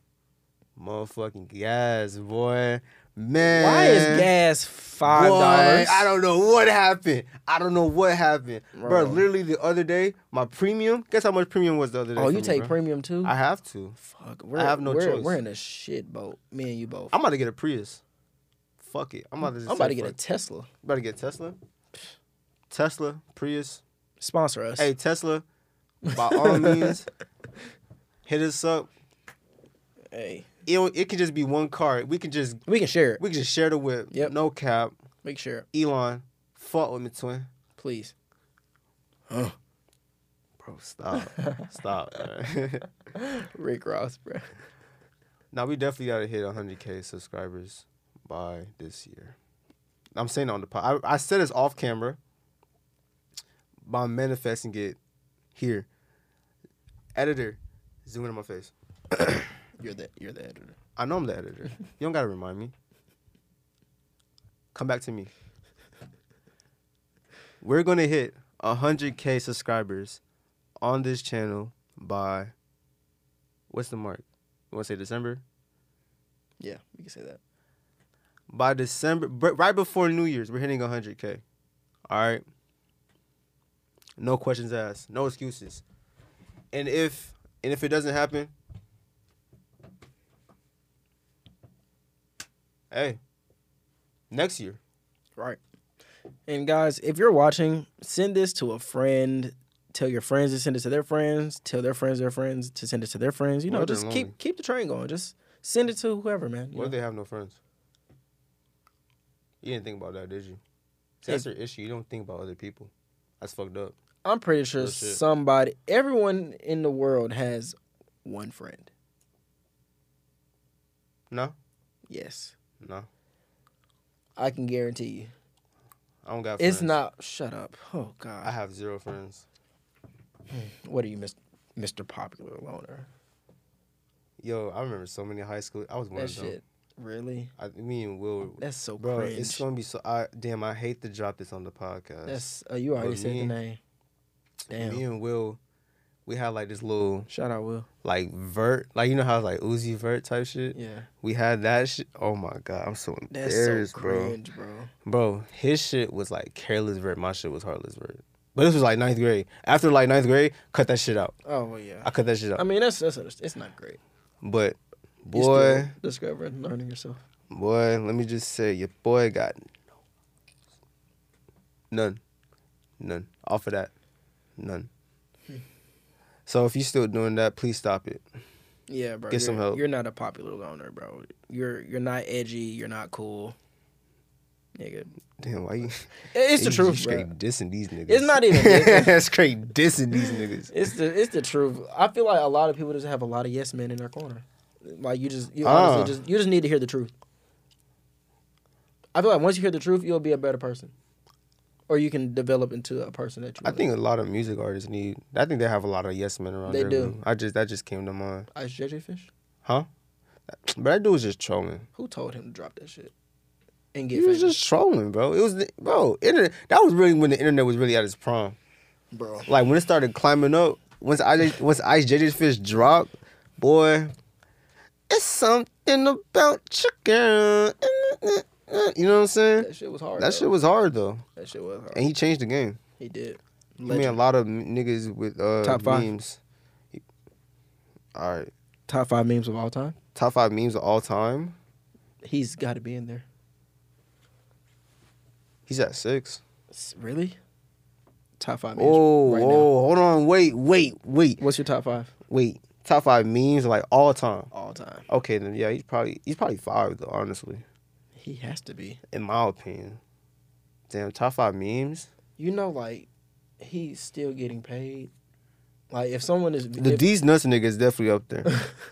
Motherfucking gas, boy. Man,
Why is gas five
Boy,
dollars?
I don't know what happened. I don't know what happened, bro.
Bro.
Literally the other day, my premium. Guess how much premium was the other day?
Oh,
for
you
me,
take
bro?
premium too?
I have to.
Fuck, we're,
have no
we're,
choice.
We're in a shit boat. Me and you both.
I'm about to get a Prius. Fuck it. I'm about to. Just
I'm about to
say
get a
fuck it.
Tesla.
about to get Tesla. Tesla, Prius.
Sponsor us.
Hey Tesla, by
[LAUGHS]
all means, hit us up.
Hey.
It it can just be one car. We can just
we can share it.
we can just share the whip.
Yep.
No cap.
Make sure,
Elon, fuck with me, twin.
please.
Bro, stop, [LAUGHS] stop. [LAUGHS]
Rick Ross, bro. [LAUGHS]
now we definitely gotta hit 100k subscribers by this year. I'm saying it on the pod. I, I said this off camera. But I'm manifesting it here. Editor, zoom in on my face.
You're the you're the editor.
I know I'm the editor. You don't gotta remind me. Come back to me. We're gonna hit 100k subscribers on this channel by what's the mark? You wanna say December?
Yeah, we can say that.
By December, b- right before New Year's, we're hitting 100k. All right. No questions asked. No excuses. And if and if it doesn't happen, hey, next year.
Right. And guys, if you're watching, send this to a friend. Tell your friends to send it to their friends. Tell their friends their friends to send it to their friends. You know,
Word
just
alone.
keep keep the train going. Just send it to whoever, man. you
What if
know?
they have no friends? You didn't think about that, did you? See,
Hey.
that's your issue. You don't think about other people. That's fucked up.
I'm pretty sure
Real shit.
somebody, everyone in the world has one friend.
No,
Yes,
no,
I can guarantee you.
I don't got. Friends.
It's not. Shut up. Oh
I
God.
have zero friends.
What are you, Mis- Mr. Popular Loner?
Yo, I remember so many high school. I was one
That
of them.
shit. Really?
I, me and Will,
That's so
bro,
cringe.
it's gonna be so. I damn, I hate to drop this on the podcast.
That's uh, you already
But
said
me-
the name. Damn.
Me and Will, we had like this little
Shout out Will.
like vert, like you know how it's like Uzi vert type shit.
Yeah.
We had that shit. Oh my god, I'm so
That's
embarrassed,
so
bro.
cringe, bro.
Bro, his shit was like careless vert. My shit was heartless vert. But this was like ninth grade. After like ninth grade, cut that shit out.
Oh well, yeah.
I cut that shit
I
out.
mean, that's that's underst- it's not great.
But
You
boy,
still discovering, learning yourself.
boy, let me just say, your boy got none, none. Off of that, none.
Hmm.
So if you're still doing that, please stop it.
Yeah, bro.
Get some
you're-
help.
You're not a popular loner, bro. You're you're not edgy. You're not cool, nigga.
Damn, why you?
[LAUGHS] It's
[LAUGHS]
the
you
truth,
Straight
bro.
dissing these niggas.
It's not even-
[LAUGHS] That's straight dissing these niggas.
It's the it's the truth. I feel like a lot of people just have a lot of yes men in their corner. Like you just you
Ah.
honestly just you just need to hear the truth. I feel like once you hear the truth, you'll be a better person, or you can develop into a person that you.
I
really-
think a lot of music artists need. I think they have a lot of yes men around.
They
their
do.
room. I just that just came to mind,
Ice JJ Fish.
huh? But that dude was just trolling.
Who told him to drop that shit and get
He was
famous?
just trolling, bro. It was the- bro. Internet. That was really when the internet was really at its prime.
bro.
Like when it started climbing up. Once I once Ice JJ's fish dropped, boy, it's something about chicken. You know what I'm saying?
That shit was
[LAUGHS]
hard.
That
though.
shit was hard though,
That shit was hard.
and he changed the game.
He did.
I mean, a
Legend.
lot of m- niggas with uh,
Top five.
memes. All right,
Top five memes of all time.
top five memes of all time.
He's got to be in there.
He's at six.
S- Really? Top five memes.
Oh,
right now.
oh, hold on, wait, wait, wait,
What's your top five
wait. Top five memes like all time.
all time?
Okay, then yeah, he's probably he's probably five though. Honestly,
He has to be.
in my opinion. Damn, top five memes.
You know, like he's still getting paid. Like if someone is
The
if- [LAUGHS]
these nuts nigga is definitely up there.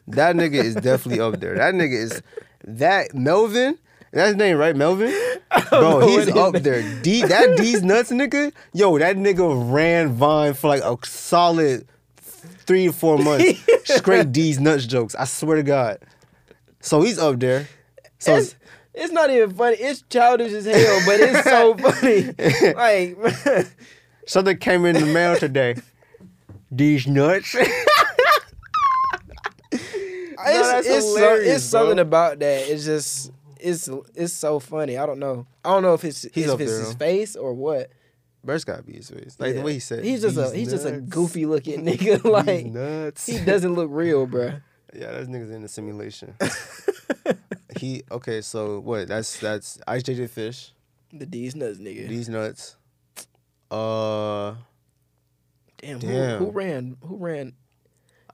that nigga is definitely up there. That nigga is that Melvin. That's his name, right? Melvin?
know
Bro,
what
he's
his
up
name-
there. D that D's nuts nigga, yo, that nigga ran Vine for like a solid three to four
[LAUGHS]
months straight D's nuts jokes. I swear to God. So he's up there. So
[LAUGHS] it's, it's not even funny. It's childish as hell, but it's so funny.
[LAUGHS]
Like, [LAUGHS]
something came in the mail today. These nuts. [LAUGHS]
it's,
that's
it's, so,
hilarious,
it's something
bro.
about that. It's just it's it's so funny. I don't know. I don't know if it's
He's
if
up
it's
there,
his
though.
face or what.
Burst gotta be his face. Like
Yeah.
the way he said.
He's just a
"These
he's just a
nuts.
goofy looking
[LAUGHS]
nigga.
These
Like
nuts.
he doesn't look real, bruh.
[LAUGHS] Yeah, those niggas in the simulation. he okay. So what? That's that's Ice JJ Fish.
The D's nuts nigga.
These nuts. Uh,
Damn, who,
Damn.
who ran? Who ran?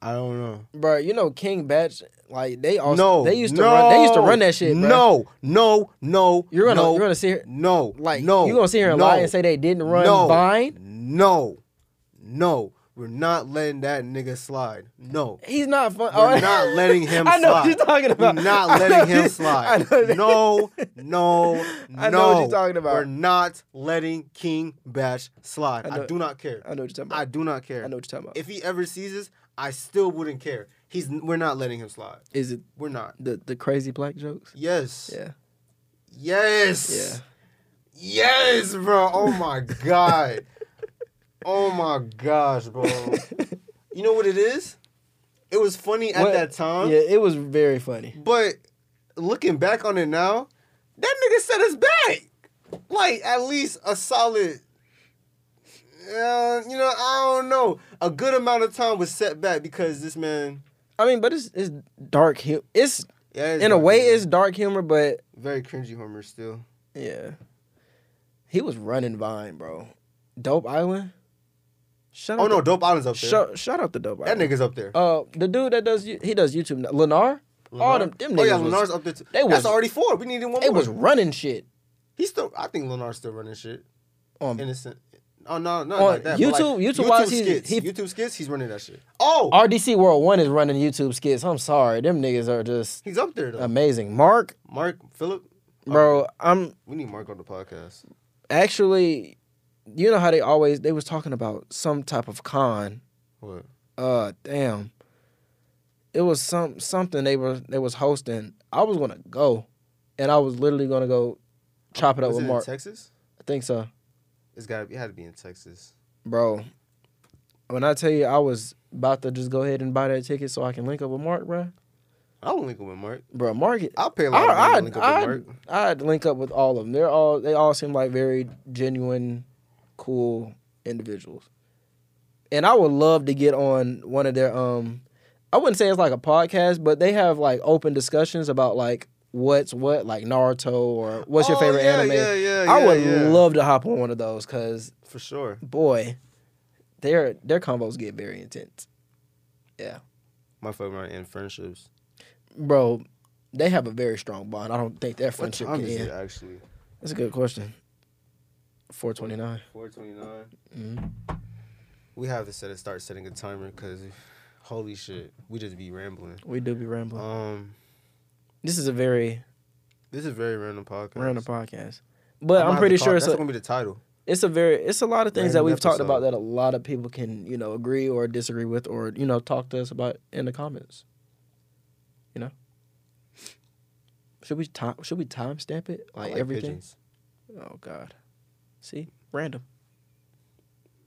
I don't know.
Bro, you know King Batch. Like they also
no,
Oh, they used to
no,
run they used to run that shit. Bro.
No, no, no.
you're gonna
no,
you're gonna sit here
no,
like
no.
you're gonna sit here and
no,
lie and say they didn't run
no,
Vine.
No, no. We're not letting that nigga slide. No.
He's not fun. Oh.
We're
[LAUGHS]
not letting him
I know
slide.
what you're talking about.
We're not
[LAUGHS] I know
letting him
what- I
slide.
know what-
No, no,
I
no.
know what you're talking about.
We're not letting King Batch slide.
I
I,
know-
do not care.
[LAUGHS] I know what you're talking about.
I do not care.
I know what you're talking about.
If he ever seizes, I still wouldn't care. He's we're not letting him slide.
Is it
We're not.
the the crazy black jokes?
Yes.
Yeah, yeah.
Yes. Yes, bro.
[LAUGHS]
Oh my god. oh my gosh,
[LAUGHS]
bro. you know what it is? It was funny [LAUGHS] at
What-
that time.
Yeah, it was very funny.
But looking back on it now, that nigga set us back. Like at least a solid, uh, you know, I don't know, a good amount of time was set back because this man,
I mean, but it's it's dark humor. It's
yeah, it's
in a
dark
way
humor.
it's dark humor, but
very cringy humor still.
yeah, he was running Vine, bro. Dope Island. Shut
Oh
up.
no, Dope Island's up there.
Shut shout out the Dope
that
Island.
nigga's up there.
Uh, the dude that does you- he does YouTube now. Lenar. All
Lenar?
them them niggas.
Oh yeah,
was-
Lenar's up there too.
they was-
That's already four. We needed one
they
more.
was running shit
He's still. I think Lenar's still running shit.
on
Innocent. Oh no, no,
Um, On
like that. but, like,
YouTube- YouTube-wise, he's-
skits.
he-
YouTube skits. He's running that shit. Oh,
RDC World One is running YouTube skits. I'm sorry, them niggas are just
he's up there though.
amazing. Mark,
Mark Phillip.
bro, I'm
We need Mark on the podcast.
actually, you know how they always they was talking about some type of con.
What?
Uh, damn, it was some something they were they was hosting. I was gonna go, and I was literally gonna go chop it up
Was
with
it
Mark.
in Texas?
I think so,
It's got. It had to be in Texas.
bro. When I tell you I was about to just go ahead and buy that ticket so I can link up with Mark, bro.
I will link up with Mark.
Bro, Mark,
I'll pay a lot of money
I,
to
I'd,
link up
I'd,
with Mark.
I'd link up with all of them. They're all they all seem like very genuine, cool individuals. And I would love to get on one of their um I wouldn't say it's like a podcast, but they have like open discussions about like what's what, like Naruto or what's your
Oh,
favorite
yeah,
anime.
Yeah, yeah,
I
yeah,
would
yeah.
love to hop on one of those cuz
for sure.
boy, their their combos get very intense.
My favorite in friendships.
Bro, they have a very strong bond. I don't think their
What
friendship
time
can
is
end.
it actually?
That's a good question. 429.
Four twenty nine.
Mhm.
We have to set a start setting a timer because, holy shit, we just be rambling.
We do be rambling.
Um,
this is a very
this is a very random podcast.
random podcast.
I
But
might
I'm
have
pretty
to
sure
call-
it's
that's
a,
gonna be the title.
it's a very it's a lot of things that
Random
we've talked
episode.
about that a lot of people can, you know, agree or disagree with or, you know, talk to us about in the comments. You know? Should we time should we timestamp it?
I
Like, everything?
pigeons.
Oh god. See? Random.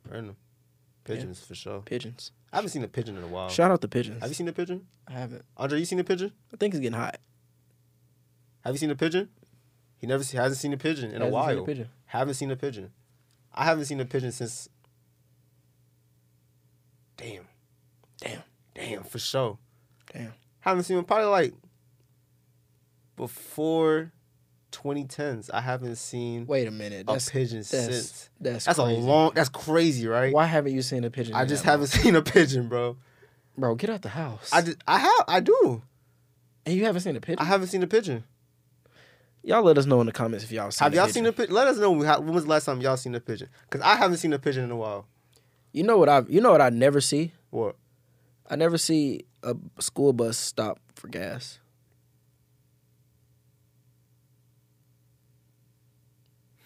Random. Pigeons for sure.
Pigeons.
I haven't seen a pigeon in a while.
Shout out the pigeons.
Um, Have you seen a pigeon?
I haven't.
Andre, you seen a pigeon?
I think it's getting hot.
Have you seen a pigeon? He never se- hasn't seen a pigeon in a
Hasn't seen
while.
pigeon.
Haven't seen a pigeon. I haven't seen a pigeon since. Damn.
Damn.
Damn, for sure.
Damn.
Haven't seen one probably like before 2010s. I haven't seen
Wait a minute.
a
That's
pigeon
that's-
since.
that's
That's
crazy.
a long. That's crazy, right?
Why haven't you seen a pigeon?
I
in
just
that
haven't [LAUGHS] seen a pigeon, bro.
long? Bro, get out the house.
I just, I have I do.
and you haven't seen a
I
pigeon.
haven't seen a pigeon.
y'all let us know in the comments if y'all seen.
Have
a
y'all
pigeon.
seen a pigeon? Let us know how, when was the last time y'all seen a pigeon? Cause I haven't seen a pigeon in a while.
You know what I? You know what I never see.
What?
I never see a school bus stop for gas.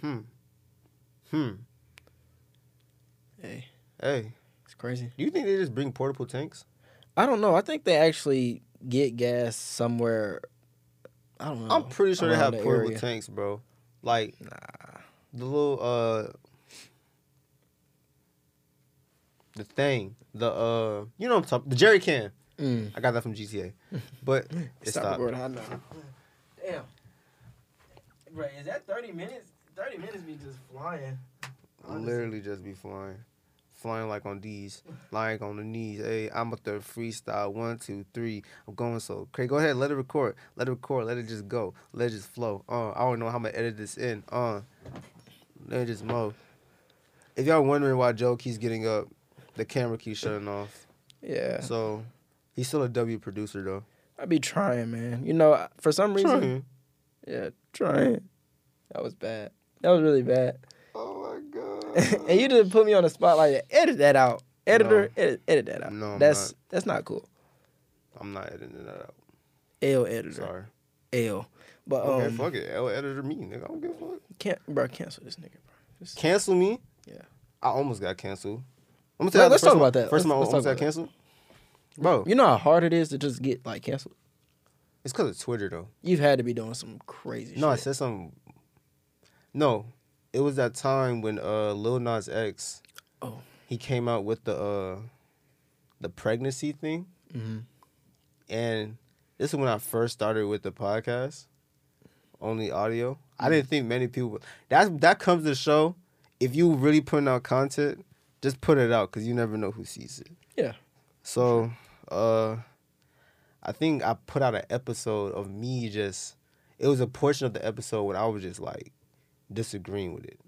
Hmm.
Hey,
Hmm. Hey.
It's crazy.
Do you think they just bring portable tanks?
I don't know. I think they actually get gas somewhere. I don't know.
I'm pretty sure they
around
have
the
portable
area.
tanks, bro. Like the little uh the thing, the uh you know what I'm talking the jerry can.
Mm.
I got that from
[LAUGHS]
GTA. But it
Stop
stopped.
recording. I know.
Damn. Bro, is that 30 minutes? 30 minutes be just flying. Honestly.
Literally just be flying. Flying like on these, lying on the knees. Hey, I'm up there freestyle. One, two, three. I'm going so crazy. Go ahead, let it record. Let it record. Let it just go. Let it just flow. Uh, I don't know how I'm gonna edit this in. Uh, let it just mo. If y'all wondering why Joe keeps getting up, the camera keeps shutting off.
Yeah.
So he's still a W producer [LAUGHS] though.
I be trying, man. You know, for some reason. Yeah, trying. That was bad. That was really bad.
[LAUGHS] Oh my
[LAUGHS]
[LAUGHS]
and you just put me on the spot like that. Edit that out. Editor, edit, edit that out.
No,
No,
I'm
that's that's not cool.
I'm not editing that out.
L editor.
Sorry.
L. But um,
Okay, fuck it. L editor me, nigga. I don't give a fuck.
can't bro, cancel this nigga, bro. Just,
Cancel me.
Yeah.
I almost got canceled. I'm gonna
Let-
you the
let's
first
talk
time-
about that.
First time I
Let's-
almost
let's talk
got canceled. Bro,
you know how hard it is to just get like canceled.
it's because of Twitter though.
You've had to be doing some crazy.
No, I
shit.
said something. No, it was that time when uh Lil Nas X,
Oh.
he came out with the uh the pregnancy thing,
Mhm.
and this is when I first started with the podcast, only audio. I didn't think many people. That's that comes to show if you really putting out content, just put it out because you never know who sees it.
Yeah.
So, uh, I think I put out an episode of me just. It was a portion of the episode when I was just like disagreeing with it,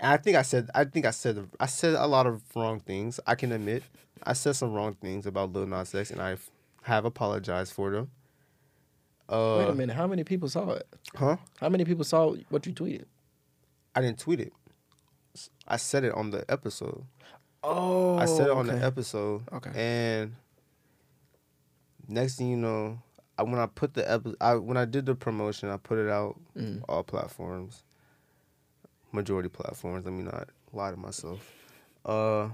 and I think I said I think I said I said a lot of wrong things. I can admit I said some wrong things about Lil Nas X, and I have apologized for them. Uh,
Wait a minute. How many people saw it?
Huh?
How many people saw what you tweeted?
I didn't tweet it. I said it on the episode.
Oh,
I said it on the episode.
Okay.
And next thing you know, I, when I put the episode, I, when I did the promotion, I put it out
Mm.
all platforms, majority platforms. Let me not lie to myself. Uh,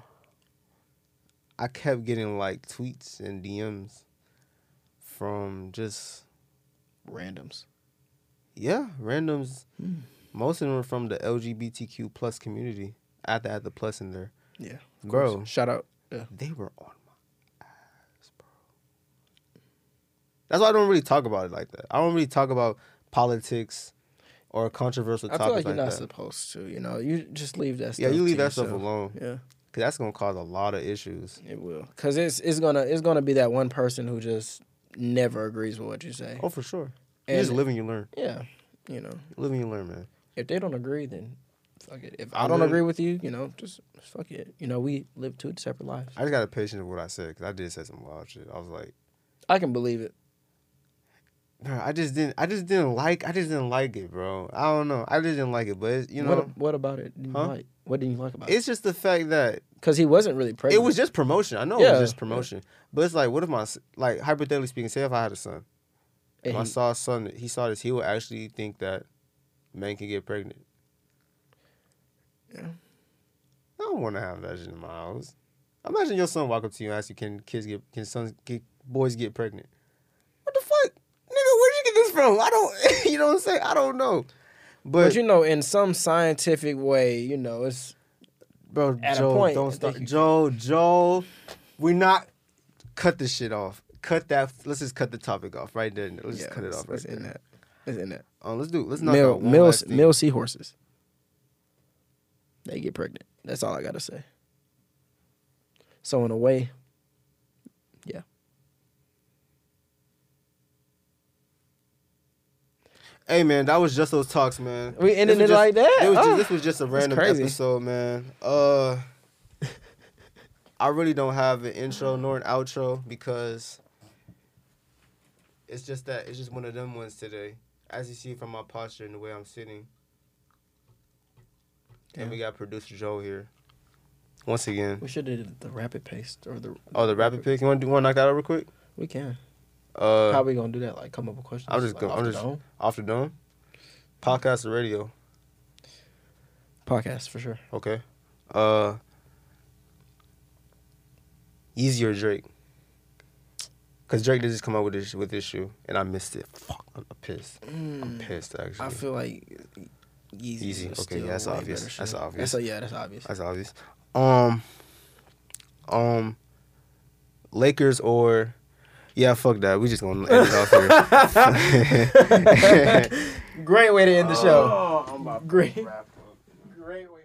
I kept getting like tweets and DMs from just
randoms.
yeah, randoms. Most of them were from the LGBTQ plus community. I had to add the plus in there,
Yeah,
bro.
Shout out.
They were on my ass, bro. That's why I don't really talk about it like that. I don't really talk about politics or controversial
I
topics
feel like
like,
you're not
that.
supposed to. You know, you just leave that.
Yeah,
stuff
you leave
to
that stuff
yourself.
alone
Yeah.
because that's gonna cause a lot of issues.
It will, cause it's it's gonna it's gonna be that one person who just never agrees with what you say.
Oh, for sure. You
And-
just live and you learn.
Yeah, you know,
Live and you learn, man.
if they don't agree, then fuck it. If
I
I don't
live-
agree with you, you know, just fuck it. You know, we live two separate lives.
I just got patient with what I said because I did say some wild shit. I was like,
I can believe it.
bro, I just didn't, I just didn't like, I just didn't like it, bro. I don't know, I just didn't like it, but it's, you know,
what, what about it? Didn't
Huh?
you like? What didn't you like about it?
it's just the fact that
Because he wasn't really
it
pregnant.
was just promotion. I know it
Yeah.
was just promotion, but it's like, what if my, s- like, hypothetically speaking, say if I had a son.
And
my
he-
saw son, he saw this. He will actually think that men can get pregnant.
Yeah.
I don't want to have that shit in my house. Imagine your son walk up to you and ask you, "Can kids get? Can sons get? Boys get pregnant?" What the fuck, nigga? Where'd you get this from? I don't. [LAUGHS] you know what I'm saying? I don't know. But,
but, you know, in some scientific way, you know, it's
bro,
at a
Joe,
point, I
don't
think
start.
you-
Joe, Joe, we not cut this shit off. Cut that. Let's just cut the topic off right then. Let's
yeah,
just cut it
it's-
off right
it's in
there.
that. It's in that.
Uh, let's do. Let's not.
Male,
one
male,
last thing.
male seahorses. They get pregnant. That's all I gotta say. So in a way, yeah.
Hey man, that was just those talks, man.
We ended
This was
it like that?
It was
Oh.
just, this was just a random
crazy.
episode, man. Uh, I really don't have an intro nor an outro because it's just that it's just one of them ones today. As you see from my posture and the way I'm sitting, and we got producer Joe here once again.
We should have did the rapid paste or the.
Oh, the rapid pick. You want to do one? Knock that out real quick.
We can.
Uh,
How we gonna do that? Like come up with questions.
I'm just
like,
gonna-
off
I'm
the
just-
dome?
off the dome. Podcast or radio.
podcast for sure.
Okay. Uh Easier Drake. Cause Drake did just come out with this with this shoe, and I missed it. Fuck, I'm pissed. I'm pissed actually.
Mm, I feel like Yeezy.
Easy. Okay, yeah, that's obvious. That's obvious.
That's a, yeah, that's obvious.
That's obvious. Um, um, Lakers or yeah, fuck that. We just gonna end it off here.
[LAUGHS]
[LAUGHS]
Great way to end the show.
Oh, I'm about to
Great.
wrap up. Great way.